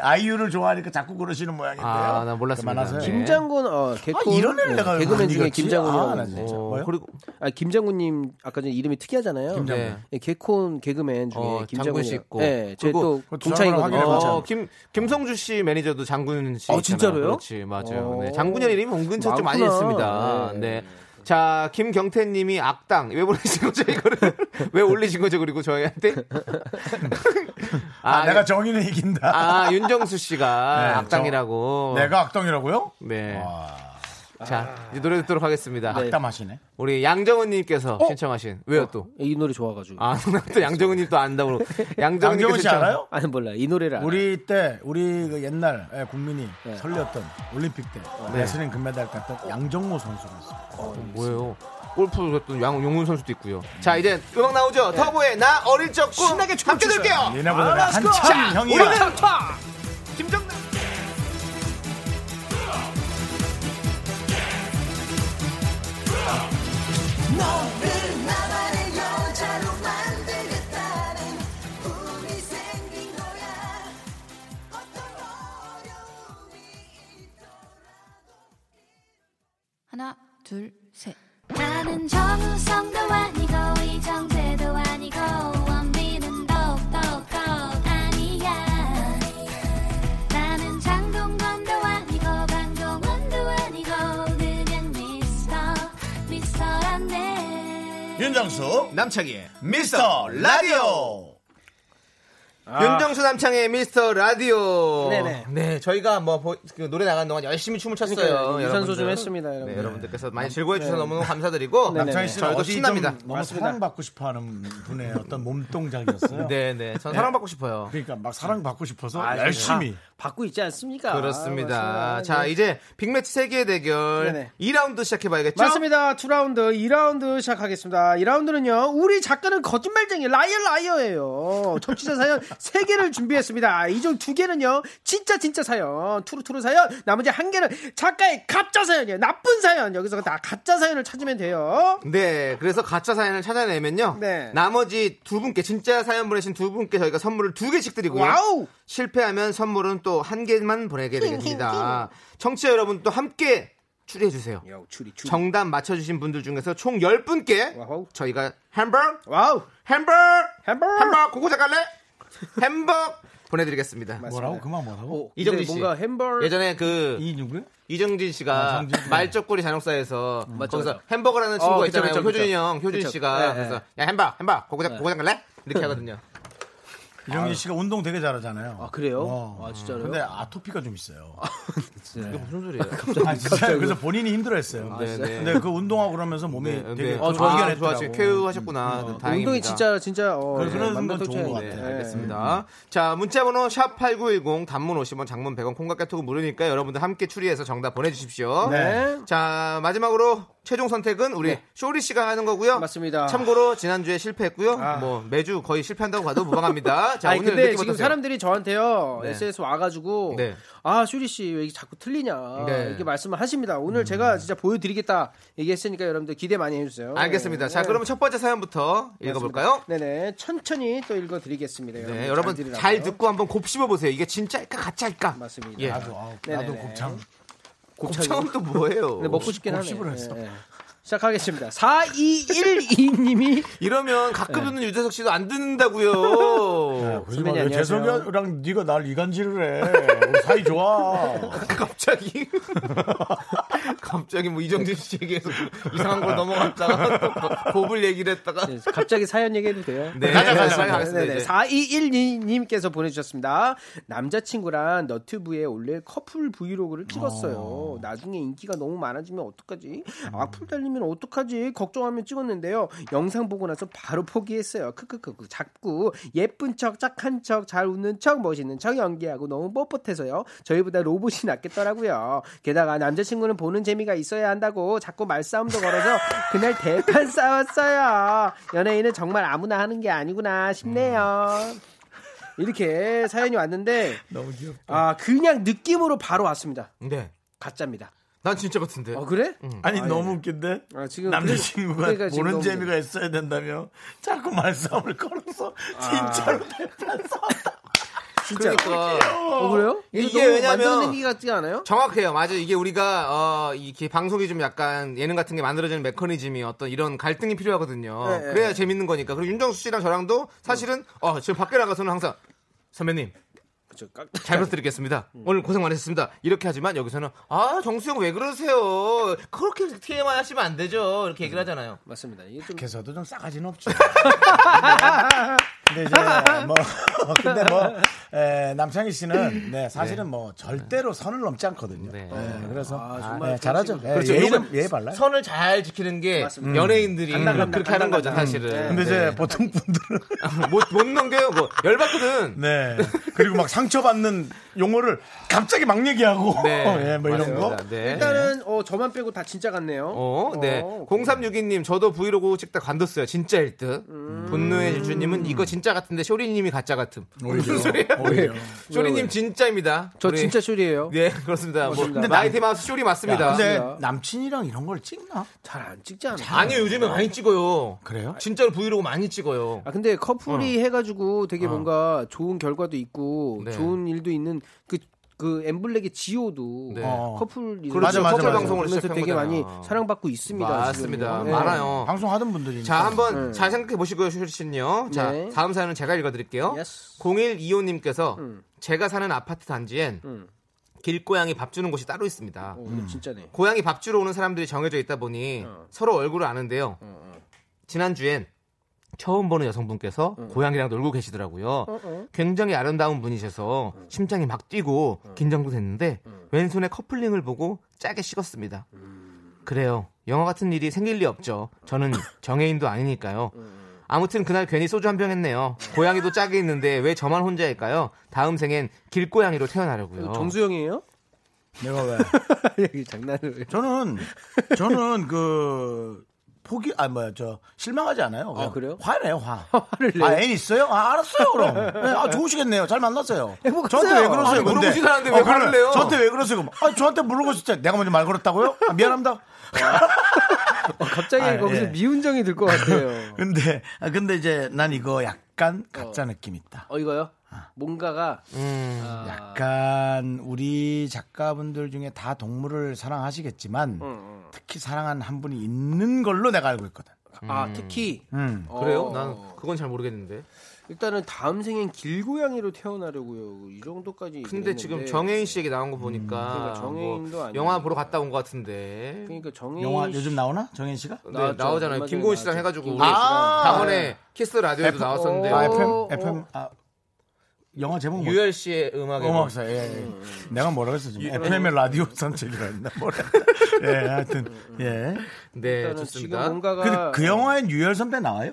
아이유를 좋아하니까 자꾸 그러시는 모양인데요. 아, 나 몰랐습니다. 그만하세요. 김장군 어 개콘 아, 이런 애를 네, 내가 개그맨 안 읽었지? 아, 중에 나 김장군이 진짜. 어, 아, 뭐요? 그리고, 아 김장군님 아까 전에 이름이 특이하잖아요. 김장군. 네, 개콘 개그맨 중에 어, 장군 김장군이 씨 있고. 네, 그리고 제또 그 동창이거든요. 드라마를 어, 김, 김성주 씨 매니저도 장군 씨. 어, 있잖아요. 진짜로요? 그렇지, 맞아요. 네, 어. 장군현 이름이 온 근처 좀 많이 많구나. 있습니다. 네. 네. 자, 김경태 님이 악당. 왜 보내신 거죠, 이거를? 왜 올리신 거죠, 그리고 저희한테? 아, 아, 내가 정의는 이긴다. 아, 윤정수 씨가 네, 악당이라고. 내가 아. 악당이라고요? 네. 와, 자, 이제 노래 듣도록 하겠습니다. 악담하시네. 우리 양정은님께서 어? 신청하신 왜요 또? 이 노래 좋아가지고. 아, 아, 또 양정은님 또 안다고. 양정은님 양정은 씨 알아요? 니 몰라 이 노래를 알아. 우리 때 우리 그 옛날 예, 국민이 네. 설레었던 올림픽 때 레슬링 금메달 땄던 양정모 선수가 있어요. 뭐예요? 골프 또 양, 용훈 선수도 있고요. 자, 이제 음악 나오죠. 터보의 나 어릴 적 꿈. 네. 신나게 함께 들게요. 얘네보다 내가 한참 형이야. 김정남. 하나 둘 셋. 나는 정우성도 아니고 이정재도 아니고 원빈은 더욱더 아니야 나는 장동건도 아니고 강동원도 아니고 그냥 미스터 미스터란데 윤정수 남창희의 미스터 라디오. 윤정수 남창의 미스터 라디오. 네네. 아. 네, 저희가 뭐 보- 그 노래 나가는 동안 열심히 춤을 췄어요. 그러니까요. 유산소 좀 여러분들. 했습니다, 여러분. 네, 여러분들께서 많이 즐거워해 주셔서 너무 감사드리고 네네. 남창희 씨는 저희도 어디 신납니다. 좀 너무 사랑받고 싶어하는 분의 어떤 몸동작이었어요. 네, 네. 전 사랑받고 싶어요. 그러니까 막 사랑받고 싶어서 열심히. 받고 있지 않습니까? 그렇습니다. 아, 자, 네. 이제 빅매치 세계 대결 네네. 2라운드 시작해봐야겠죠? 맞습니다. 2라운드, 2라운드 시작하겠습니다. 2라운드는요, 우리 작가는 거짓말쟁이, 라이어 라이어예요. 정치자 사연 3개를 준비했습니다. 이 중 2개는요, 진짜 진짜 사연, 투루투루 사연, 나머지 한개는 작가의 가짜 사연이에요. 나쁜 사연. 여기서 다 가짜 사연을 찾으면 돼요. 네, 그래서 가짜 사연을 찾아내면요. 네. 나머지 두 분께, 진짜 사연 보내신 두 분께 저희가 선물을 두 개씩 드리고요. 와우! 실패하면 선물은 또 한 개만 보내게 되겠습니다. 청취자 여러분 또 함께 추리해주세요. 야, 추리, 추리. 정답 맞춰주신 분들 중에서 총 10분께 와우. 저희가 햄버거, 와우! 햄버거, 햄버거! 햄버거, 고고 작갈래? 햄버거 보내드리겠습니다. 뭐라고 그만 뭐라고? 어, 이정진 근데 씨. 뭔가 햄버거. 예전에 그 이 누구요? 아, 이정진 씨가 음, 말적거리 잔혹사에서 거기서 햄버거라는 친구가 어, 그쵸, 있잖아요. 그쵸, 그쵸. 효준이 형, 효준 그쵸. 씨가 네, 그래서 네. 야 햄버거, 햄버거, 고고장 고고장 갈래? 이렇게 하거든요. 이정희 씨가 운동 되게 잘하잖아요. 아, 그래요? 어. 아, 진짜로요? 근데 아토피가 좀 있어요. 이게 무슨 소리예요? 아, 진짜 그래서 본인이 힘들어했어요. 네, 네. 근데 그 운동하고 그러면서 몸이 네, 되게 네. 어, 아, 음. 좋아, 좋아, 지금 쾌유하셨구나. 다행입니다. 운동이 진짜, 진짜, 어. 그래서 그런 건 만병통치 좋은 것 아니네. 같아요. 네. 알겠습니다. 자, 문자번호 샵8910 단문 50원, 장문 100원, 콩과 깨톡은 무료니까 여러분들 함께 추리해서 정답 보내주십시오. 네. 자, 마지막으로 최종 선택은 우리 쇼리 씨가 하는 거고요. 맞습니다. 아. 참고로 지난주에 실패했고요. 뭐 매주 거의 실패한다고 봐도 무방합니다. 자, 아니 오늘 근데 느낌 지금 어떠세요? 사람들이 저한테요 네. SNS 와가지고 네. 아 슈리 씨 왜 자꾸 틀리냐 네. 음. 이렇게 말씀을 하십니다. 오늘 제가 진짜 보여드리겠다 얘기했으니까 여러분들 기대 많이 해주세요. 알겠습니다. 자, 네. 그러면 첫 번째 사연부터 읽어볼까요? 네네 천천히 또 읽어드리겠습니다. 네, 여러분 잘, 들으라고요. 듣고 한번 곱씹어 보세요. 이게 진짜일까 가짜일까? 맞습니다. 그 예. 나도, 아우, 나도 네네네. 곱창. 곱창은 또 뭐예요? 근데 먹고 싶긴 하네. 곱씹으로 했어. 예, 예. 시작하겠습니다. 4212님이 이러면 가끔 네. 듣는 유재석 씨도 안 듣는다고요. 선배님, 왜 안녕하세요. 재석이랑 네가 날 이간질을 해. 우리 사이 좋아. 갑자기 갑자기 뭐 이정진 씨 얘기해서 이상한 걸 넘어갔다가 또 고불 얘기를 했다가 네, 갑자기 사연 얘기해도 돼요? 네, 가자, 네, 가자, 네, 빨리 가겠습니다, 네, 네. 이제. 4212님께서 보내주셨습니다. 남자친구랑 너튜브에 올릴 커플 브이로그를 찍었어요. 나중에 인기가 너무 많아지면 어떡하지? 음. 악플 달리면 어떡하지? 걱정하며 찍었는데요. 영상 보고 나서 바로 포기했어요. 크크크크. 자꾸 예쁜 척, 착한 척, 잘 웃는 척, 멋있는 척 연기하고 너무 뻣뻣해서요. 저희보다 로봇이 낫겠더라고요. 게다가 남자친구는 보는 재미가 있어야 한다고 자꾸 말싸움도 걸어서 그날 대판 싸웠어요. 연예인은 정말 아무나 하는 게 아니구나 싶네요. 이렇게 사연이 왔는데 너무 귀엽다. 아 그냥 느낌으로 바로 왔습니다. 네. 가짜입니다. 난 진짜 같은데. 어 그래? 아니 아, 너무 웃긴데 아, 음. 지금 남자친구가 그러니까 지금 보는 너무- 재미가 있어야 된다며 자꾸 말싸움을 걸어서 아. 진짜로 대판 싸웠다 진짜. 그러니까 어 그래요? 이게, 이게 너무 왜냐면- 만드는 얘기 같지 않아요? 정확해요. 맞아요. 이게 우리가 어, 이게 방송이 좀 약간 예능 같은 게 만들어지는 메커니즘이 어떤 이런 갈등이 필요하거든요. 네, 네. 그래야 재밌는 거니까. 그리고 윤정수 씨랑 저랑도 사실은 어, 지금 밖에 나가서는 항상 선배님 저 깍- 잘 부탁드리겠습니다. 오늘 고생 많으셨습니다. 이렇게 하지만 여기서는 아 정수영 왜 그러세요? 그렇게 TMI 하시면 안 되죠. 이렇게 얘기를 하잖아요. 맞습니다. 이게 좀 밖에서도 좀 싸가지는 없죠. 근데 이제 뭐 근데 뭐 에, 남창희 씨는 네 사실은 뭐 절대로 선을 넘지 않거든요. 네. 예, 그래서 정말 예, 잘하죠. 예, 그렇죠. 예의는 요건 예의 발라요. 선을 잘 지키는 게 맞습니다. 연예인들이 간당간당, 그렇게 하는 거죠, 간당간당. 사실은. 근데 이제 네. 보통 분들은 네. 못, 못 넘겨요. 뭐 열받거든. 네 그리고 막 상처받는 용어를 갑자기 막 얘기하고 어, 네. 예, 뭐 이런 거. 맞습니다. 네. 일단은 어, 저만 빼고 다 진짜 같네요. 어, 네. 어, 0362님, 저도 브이로그 찍다 관뒀어요. 진짜 1등. 음. 분노의 질주님은 이거 진짜 같은데 쇼리님이 가짜 같음. 무슨 네. 소리야? 오히려. 쇼리님 진짜입니다. 저 우리- 진짜 쇼리예요. 네, 그렇습니다. 뭐, 맞습니다. 나이트 마우스 쇼리 맞습니다. 근데 맞습니다. 남친이랑 이런 걸 찍나? 잘 안 찍지 않아요? 아니요, 요즘에 많이 찍어요. 그래요? 진짜로 브이로그 많이 찍어요. 어. 아 근데 커플이 해가지고 되게 뭔가 좋은 결과도 있고 네. 좋은 일도 있는 그. 그 엠블랙의 지오도 네. 그렇죠. 어. 커플 이 맞아, 맞아, 커플 맞아. 방송을 시작한 하면서 되게 많이 거잖아요. 사랑받고 있습니다. 맞습니다. 지금. 네. 많아요. 방송하던 분들이 자, 한번 잘 생각해 보시고요, 쇼리 씨는요. 자, 음. 네. 다음 사연은 제가 읽어 드릴게요. Yes. 0125님께서 음. 제가 사는 아파트 단지엔 음. 길고양이 밥 주는 곳이 따로 있습니다. 어, 이거 진짜네. 고양이 밥 주러 오는 사람들이 정해져 있다 보니 어. 서로 얼굴을 아는데요. 지난주엔 처음 보는 여성분께서 어. 고양이랑 놀고 계시더라고요. 굉장히 아름다운 분이셔서 어. 심장이 막 뛰고 긴장도 됐는데 왼손에 커플링을 보고 짜게 식었습니다. 음. 그래요. 영화 같은 일이 생길 리 없죠. 저는 정해인도 어, 아니니까요. 아무튼 그날 괜히 소주 한 병 했네요. 고양이도 짜게 있는데 왜 저만 혼자일까요? 다음 생엔 길고양이로 태어나려고요. 정수영이에요? 내가 왜 여기 장난을. 왜- 저는 저는 그 포기 아 뭐야 저 실망하지 않아요. 그냥 그래요? 화내요 화. 화를 내요? 아애 있어요? 아 알았어요 그럼. 네, 아 좋으시겠네요. 잘 만났어요. 행복하세요. 저한테 왜 그러세요? 아니, 근데? 물어보지도 않았는데 왜 화를 그래요? 내요? 저한테 왜 그러세요? 그럼, 아 저한테 물어보고 진짜 내가 먼저 말 걸었다고요? 아, 미안합니다. 어, 갑자기 아, 거기서 예. 미운정이 들 것 같아요. 근데 아, 근데 이제 난 이거 약간 가짜 느낌 있다. 어 이거요? 뭔가가 음. 아, 약간 우리 작가분들 중에 다 동물을 사랑하시겠지만 특히 사랑한 한 분이 있는 걸로 내가 알고 있거든. 아 특히 음. 어, 그래요? 난 그건 잘 모르겠는데. 일단은 다음 생엔 길고양이로 태어나려고요. 이 정도까지. 근데 얘기했는데. 지금 정혜인 씨에게 나온 거 보니까 그러니까 정혜인도 뭐 아니고. 영화 보러 갔다 온 것 같은데. 그러니까 정해 영화 요즘 나오나 정현 음, 씨가? 네, 그러니까 나왔죠. 나오잖아요. 얼마 전에 김고은 씨랑 나왔죠. 해가지고 우리 김고은 씨랑. 아. 방언의 키스 라디오에도 나왔었는데 아, 어, FM, 어. FM, 아, 영화 제목 뭐? 유열 씨의 어, 음악에 음악사, 음. 예, 예. 내가 뭐라고 했어, 지금. FM의 라디오 산책이라 했나, 뭐라 했나. 예, 하여튼, 예. 네 일단은 지금 좋습니다. 뭔가가 근데 그 영화엔 유열 선배 나와요?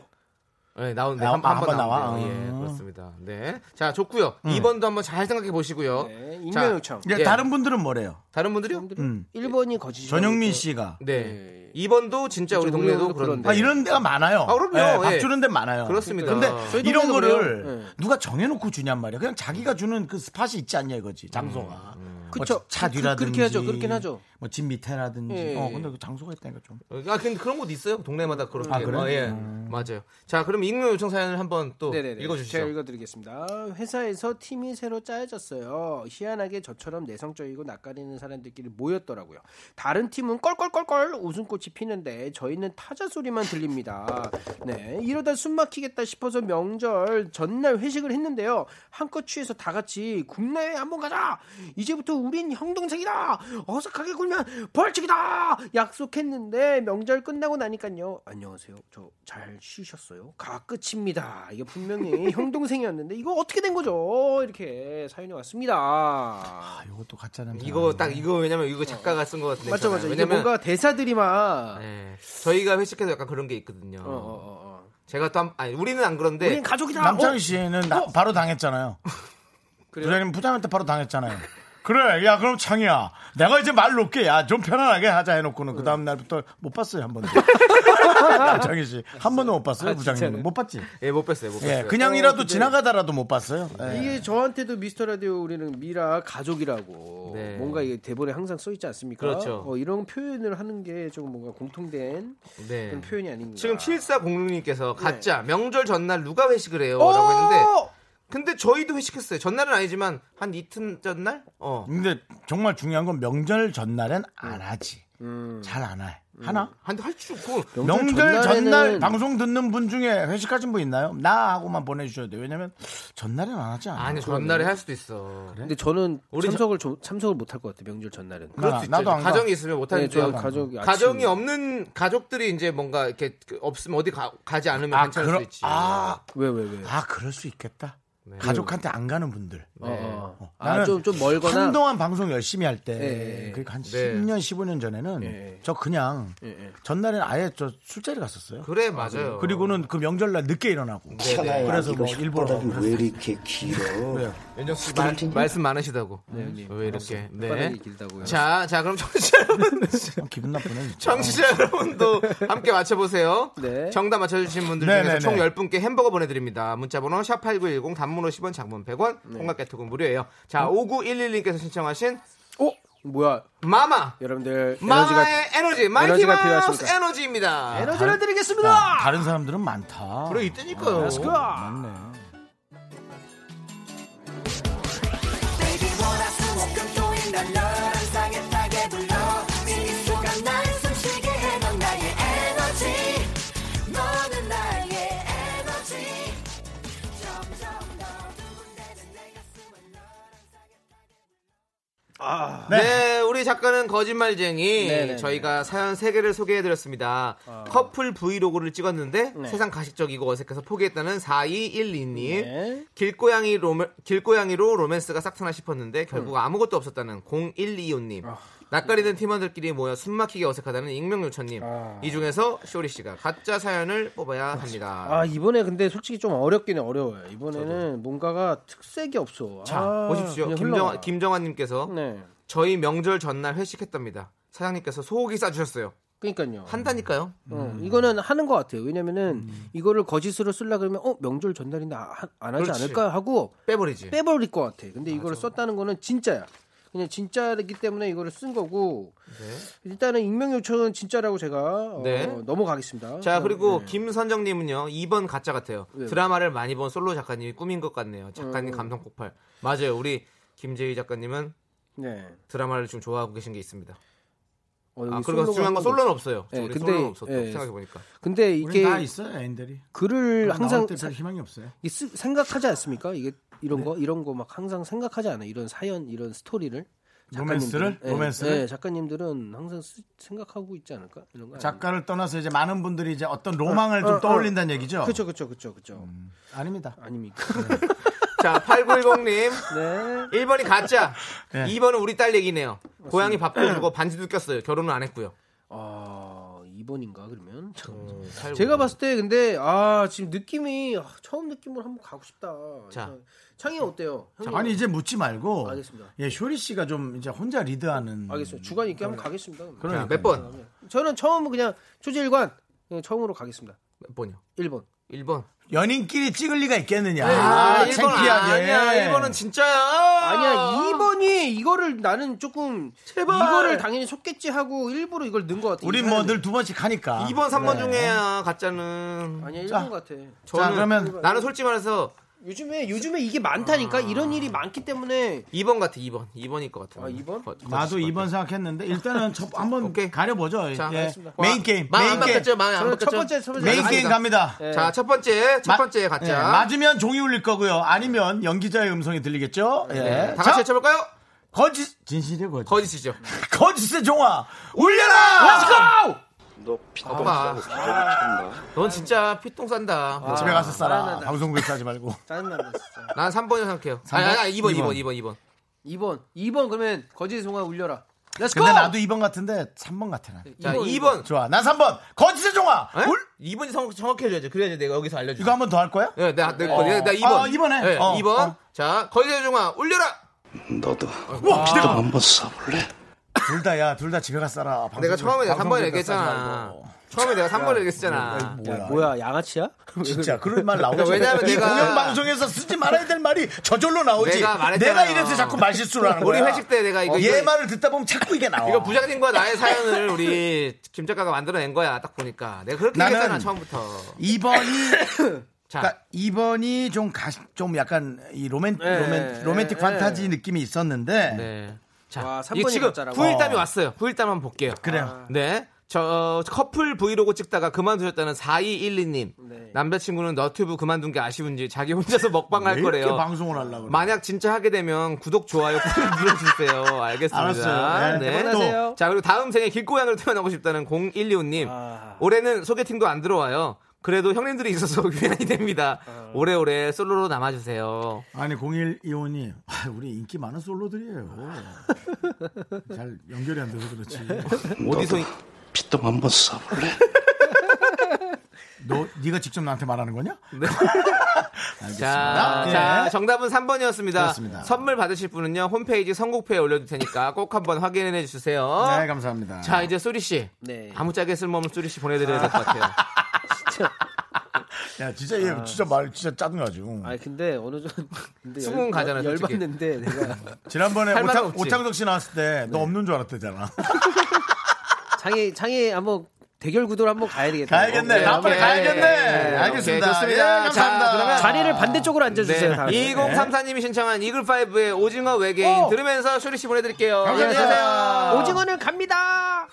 네, 나오는데 아, 한, 한한번 번 나와? 나와. 예, 아. 그렇습니다. 네, 자 좋고요. 2번도 한번 잘 생각해 보시고요. 음. 네, 자, 익명 요청. 예, 예. 다른 분들은 뭐래요? 음. 다른 분들이요? 1번이 거짓이 전용민 씨가. 예, 네, 2번도 진짜 우리 그렇죠. 동네도 우리 그런데. 그런데. 아, 이런 데가 많아요. 아, 그럼요. 예, 밥 예. 주는 데 많아요. 그렇습니다. 근데 저희 이런 동네도 거를 그래요. 예. 누가 정해놓고 주냔 말이야. 그냥 자기가 주는 그 스팟이 있지 않냐 이거지, 음, 장소가. 뭐 그쵸. 차 그- 뒤라든지. 그렇게 하죠. 그렇긴 하죠. 뭐 집 밑에라든지. 예, 어, 예. 근데 그 장소가 있다니까 좀. 아, 근데 그런 곳 있어요. 동네마다 그렇게. 아, 그래요? 어, 예. 맞아요. 자, 그럼 익명 요청 사연을 한번 또 음. 네네네. 읽어 주시죠. 제가 읽어드리겠습니다. 회사에서 팀이 새로 짜여졌어요. 희한하게 저처럼 내성적이고 낯가리는 사람들끼리 모였더라고요. 다른 팀은 껄껄껄껄 웃음꽃이 피는데 저희는 타자 소리만 들립니다. 네, 이러다 숨 막히겠다 싶어서 명절 전날 회식을 했는데요. 한껏 취해서 다 같이 국내에 한번 가자. 이제부터 우린 형동생이다. 어색하게 굴면 하면 벌칙이다 약속했는데 명절 끝나고 나니까요. 안녕하세요. 저 잘 쉬셨어요? 가 끝입니다. 이게 분명히 형 동생이었는데 이거 어떻게 된 거죠? 이렇게 사연이 왔습니다. 아, 이것도 가짜 냄새. 이거 딱 이거 왜냐면 이거 작가가 쓴 것 네, 같은데. 맞죠, 맞죠. 이게 왜냐면 뭔가 대사들이 막 예, 저희가 회식해도 약간 그런 게 있거든요. 어, 어, 어, 어. 제가 또 한, 아니 우리는 안 그런데 우린 가족이다. 네, 남창희 어? 씨는 나- 바로 당했잖아요. 그래요? 부장님 부장한테 바로 당했잖아요. 그래, 야 그럼 창희야, 내가 이제 말 놓게, 야 좀 편안하게 하자 해놓고는 그 다음 날부터 못 봤어요 한 번도. 창희 씨한 번도 못 아, 봤어요 부장님. 못 봤지. 예, 못 뺐어요. 못 뺐어요. 예, 그냥이라도 지나가다라도 못 봤어요. 네. 예. 이게 저한테도 미스터 라디오 우리는 미라 가족이라고 네. 뭔가 이게 대본에 항상 써 있지 않습니까? 그렇죠. 어, 이런 표현을 하는 게 좀 뭔가 공통된 네. 그런 표현이 네. 아닌가. 지금 7406님께서 가짜 명절 전날 누가 회식을 해요? 라고 했는데 어! 근데 저희도 회식했어요. 전날은 아니지만 한 이틀 전날? 어. 근데 정말 중요한 건 명절 전날엔 안 하지. 잘 안 해. 하나? 한데 할줄 고 명절 전날 전날에는- 방송 듣는 분 중에 회식하신 분 있나요? 나하고만 보내주셔야 돼요. 왜냐면 전날엔 안 하지 않아요. 아니 전날에 할 수도 있어. 근데 저는 우리 참석을 좀- 참석을 못 할 것 같아요. 명절 전날은. 그럴 수 있죠. 나도 안 가. 가정이 있으면 못 네, 하는데 저 가족이 가정이 아침에- 없는 가족들이 이제 뭔가 이렇게 그 없으면 어디 가, 가지 않으면 아, 괜찮을 그러- 수 있지. 아, 왜 왜 왜? 아, 그럴 수 있겠다. 가족한테 안 가는 분들. 네. 어, 어. 어. 아, 좀, 좀 멀거나. 한동안 방송 열심히 할 때, 예, 예. 그러니까 한 네. 10년, 15년 전에는 예. 저 그냥 예, 예. 전날엔 아예 저 술자리 갔었어요. 그래 맞아요. 그리고는 그 명절날 늦게 일어나고. 그래서 뭐 일부러. 연정수 씨 말, 말씀 많으시다고. 왜 이렇게? 네. 혓바닥이 길다고요. 자, 자 그럼 청취자 여러분, 기분 나쁘네. 진짜. 청취자 여러분도 함께 맞춰보세요. 네. 정답 맞춰주신 분들 네, 중에서 네, 총 네. 10분께 햄버거 보내드립니다. 문자번호 샵8910 단문 50원, 장문 100원, 네. 공각개톡은 무료예요. 자, 음. 5911님께서 신청하신 어? 뭐야? 마마. 여러분들 에너지가 마마의 에너지, 마이티 에너지가 마우스 필요하십니까? 에너지입니다. 에너지를 드리겠습니다. 어, 다른 사람들은 많다. 그래 아, 있다니까요. 맞네. 네. 우리 작가는 거짓말쟁이. 네, 저희가 사연 3개를 소개해드렸습니다. 아. 커플 브이로그를 찍었는데 네. 세상 가식적이고 어색해서 포기했다는 4212님. 네. 길고양이 로맨, 길고양이로 로맨스가 싹트나 싶었는데 음. 결국 아무것도 없었다는 0125님. 아. 낯가리는 팀원들끼리 모여 숨막히게 어색하다는 익명 요천님. 이 중에서 쇼리 씨가 가짜 사연을 뽑아야 합니다. 아. 아 이번에 근데 솔직히 좀 어렵긴 어려워요. 이번에는 뭔가가 특색이 없어. 자, 아, 보십시오. 그냥 김정환, 흘러가. 김정환님께서 네. 저희 명절 전날 회식했답니다. 사장님께서 소고기 싸주셨어요. 그러니까요. 한다니까요. 음. 어, 이거는 하는 것 같아요. 왜냐면은 이거를 거짓으로 쓰려 그러면 어 명절 전날인데 아, 안 하지 그렇지. 네. 않을까 하고 빼버리지. 빼버릴 것 같아. 근데 이거를 썼다는 거는 진짜야. 그냥 진짜이기 때문에 이거를 쓴 거고 일단은 익명 요청은 진짜라고 제가 어, 네. 넘어가겠습니다. 자 그리고 네. 김선정님은요 2번 가짜 같아요. 왜? 드라마를 많이 본 솔로 작가님이 꿈인 것 같네요. 작가님 음. 감성 폭발. 맞아요. 우리 김재희 작가님은 네. 드라마를 좀 좋아하고 계신 게 있습니다. 어, 아 여기 그리고 솔로가 중요한 건 한 거. 솔로는 없어요. 예, 우리 근데- 솔로는 없었다 예. 생각해 보니까. 근데 우리 이게 다 있어요 애인들이. 글을 항상 항상 때별 희망이 없어요. 이게 쓰- 생각하지 않습니까? 이게 이런 네. 거 이런 거 막 항상 생각하지 않아. 이런 사연 이런 스토리를 로맨스를? 작가님들은- 예, 로맨스를? 예, 작가님들은 항상 쓰- 생각하고 있지 않을까? 이런 거. 작가를 떠나서 이제 많은 분들이 이제 어떤 로망을 어, 좀 어, 떠올린다는 얘기죠. 그렇죠. 그렇죠. 그렇죠. 그렇죠. 음. 아닙니다. 아닙니까? 자 8910님 네. 1번이 가짜. 네. 2번은 우리 딸 얘기네요. 고양이 밥도 주고 반지도 꼈어요. 결혼은 안 했고요. 아, 2번인가 그러면? 음, 잠깐만. 살고. 제가 봤을 때 근데 아, 지금 느낌이 아, 처음 느낌으로 한번 가고 싶다. 자. 창이 어때요? 형님? 아니 이제 묻지 말고. 알겠습니다. 예, 쇼리 씨가 좀 이제 혼자 리드하는. 알겠습니다. 주간 있게 한번 가겠습니다. 그럼. 자, 몇 번? 저는 처음 그냥 초지일관 그냥 처음으로 가겠습니다. 몇 번이요? 1번. 1번. 연인끼리 찍을 리가 있겠느냐. 아, 아, 1번 창피하게. 아니야. 1번은 진짜야. 아니야 2번이 이거를 나는 조금 이거를 당연히 속겠지 하고 일부러 이걸 넣은 것 같아. 우린 뭐 늘 두 번씩 하니까. 2번, 3번 네. 중에야 가짜는. 아니야 자. 1번 같아. 자, 저는 그러면 나는 솔직히 말해서 요즘에 요즘에 이게 아. 많다니까 이런 일이 많기 때문에 2번 같아. 2번. 2번일 것 같아. 아, 2번? 나도 2번 생각했는데 일단은 첫- 한번 오케이. 가려보죠. 자, 예. 알겠습니다. 메인 게임. 마음 메인 안 게임. 바꿨죠? 마음 안 저는 바꿨죠? 첫 번째 첫 번째 메인 게임 알겠습니다. 갑니다. 자, 첫 번째. 첫 마- 번째 예, 가짜. 맞으면 종이 울릴 거고요. 아니면 연기자의 음성이 들리겠죠. 예. 네. 다 같이 자, 외쳐볼까요? 거짓 진실이에요 거짓 거짓이죠. 거짓의 종아 울려라 봐봐. 넌 진짜 피똥 싼다. 집에 가서 아, 네, 싸라 미안하다. 방송국에 싸지 말고 짜증난다 진짜. 난 3번이라고 생각해요. 아니, 아니, 아니 2번, 2번, 2번, 2번. 2번. 2번 그러면 거짓의 송아 울려라. 렛츠 고. 근데 나도 2번 같은데 3번 같아 난 자, 2번, 2번. 예? 좋아 난 3번 거짓의 종아 네? 울 2번이 정확해져야지. 그래야지 내가 여기서 알려줄게. 이거 한 번 더 할 거야? 네, 나, 내 거. 나 2번. 아, 이번 해. 네, 어, 2번. 어. 자, 거기서 종아, 울려라! 와 기대가 한번 싸볼래? 둘 다야 둘 다 집에 가서 싸라 방송국에- 아, 내가 처음에 내가 3번을 방송국에 얘기했잖아. 싸지 말고. 처음에 내가 3번을 얘기했잖아. 뭐야 뭐야 양아치야? 진짜 그런 말 나오지. 그러니까 왜냐면 이 내가- 공연 방송에서 쓰지 말아야 될 말이 저절로 나오지. 내가 말했잖아요. 이래서 자꾸 말실수를 하는 우리 거야. 어, 회식 때 내가 이거- 얘 이거- 말을 듣다 보면 자꾸 이게 나와. 이거 부장님과 나의 사연을 우리 김 작가가 만들어낸 거야, 딱 보니까. 내가 그렇게 나는- 얘기했잖아, 처음부터. 2번이 자, 그러니까 2번이 좀 가, 좀 약간 이 로맨 네, 로맨 네, 로맨틱 네. 판타지 느낌이 있었는데 네. 자, 와, 삼 이게 번이 지금 가짜라고. 아. 9일담이 어. 왔어요. 9일담 한번 볼게요. 그래요. 네. 저 커플 브이로그 찍다가 그만두셨다는 4212님. 네. 남자친구는 너튜브 그만둔 게 아쉬운지 자기 혼자서 먹방 할 왜 이렇게 거래요. 방송을 하려고 그래? 만약 진짜 하게 되면 구독 좋아요 꾹 눌러주세요. 알겠습니다. 알았어요. 네, 대본하세요. 자 그리고 다음 생에 길고양이로 태어나고 싶다는 0125님 아. 올해는 소개팅도 안 들어와요. 그래도 형님들이 있어서 위안이 됩니다. 어. 오래오래 솔로로 남아주세요. 아니 0125님 아, 우리 인기 많은 솔로들이에요. 잘 연결이 안 돼서 그렇지. 어디서 이- 너 네가 직접 나한테 말하는 거냐? 네. 자, 예. 자, 정답은 3번이었습니다. 그렇습니다. 선물 받으실 분은요 홈페이지 선곡표에 올려둘 테니까 꼭 한번 확인해 주세요. 네 감사합니다. 자 이제 쏘리 씨 네. 아무짝에 쓸모없는 쏘리 씨 보내드려야 될 것 같아요. 야 진짜 얘 아. 진짜 말 진짜 짜증나죠. 아 근데 어느 정도 근데 열- 수긍 가잖아요, 열- 솔직히. 열받는데 내가 지난번에 할 말은 오창, 없지. 네. 오창석 씨 나왔을 때 너 없는 줄 알았대잖아. 장애 장애 한번 대결 구도를 한번 가야 되겠다. 가야겠네. 어, 다음번에 오케이. 가야겠네. 오케이, 알겠습니다. 좋습니다. 예, 감사합니다. 자, 그러면 자리를 반대쪽으로 앉아주세요. 네. 다음에. 2034님이 신청한 이글5의 오징어 외계인 들으면서 쇼리 씨 보내드릴게요. 감사합니다. 안녕히 계세요. 오징어는 갑니다.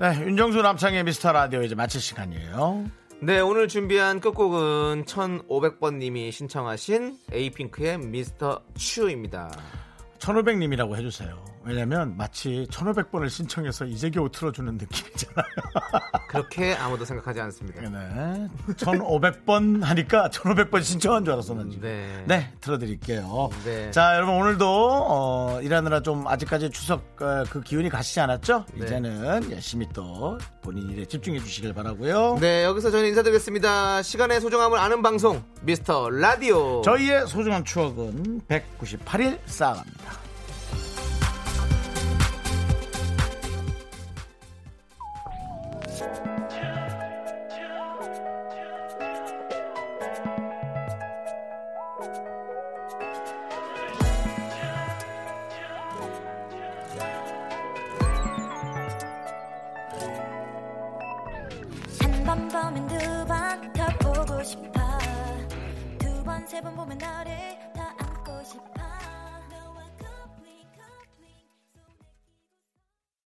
네, 윤정수 남창의 미스터 라디오 이제 마칠 시간이에요. 네, 오늘 준비한 끝곡은 1500번님이 신청하신 에이핑크의 미스터 츄입니다. 1500님이라고 해주세요. 왜냐면 마치 1500번을 신청해서 이제 겨우 틀어주는 느낌이잖아요. 그렇게 아무도 생각하지 않습니다. 네. 1500번 하니까 1500번 신청한 줄 알았어, 난 지금. 네. 네, 들어드릴게요. 네. 자, 여러분 오늘도 어, 일하느라 좀 아직까지 추석 어, 그 기운이 가시지 않았죠? 네. 이제는 열심히 또 본인 일에 집중해 주시길 바라고요. 네, 여기서 저는 인사드리겠습니다. 시간의 소중함을 아는 방송, 미스터 라디오. 저희의 소중한 추억은 198일 쌓아갑니다. 한 번 보면 두 번 더 보고 싶어 두 번 세 번 보면 너를 더 안고 싶어 그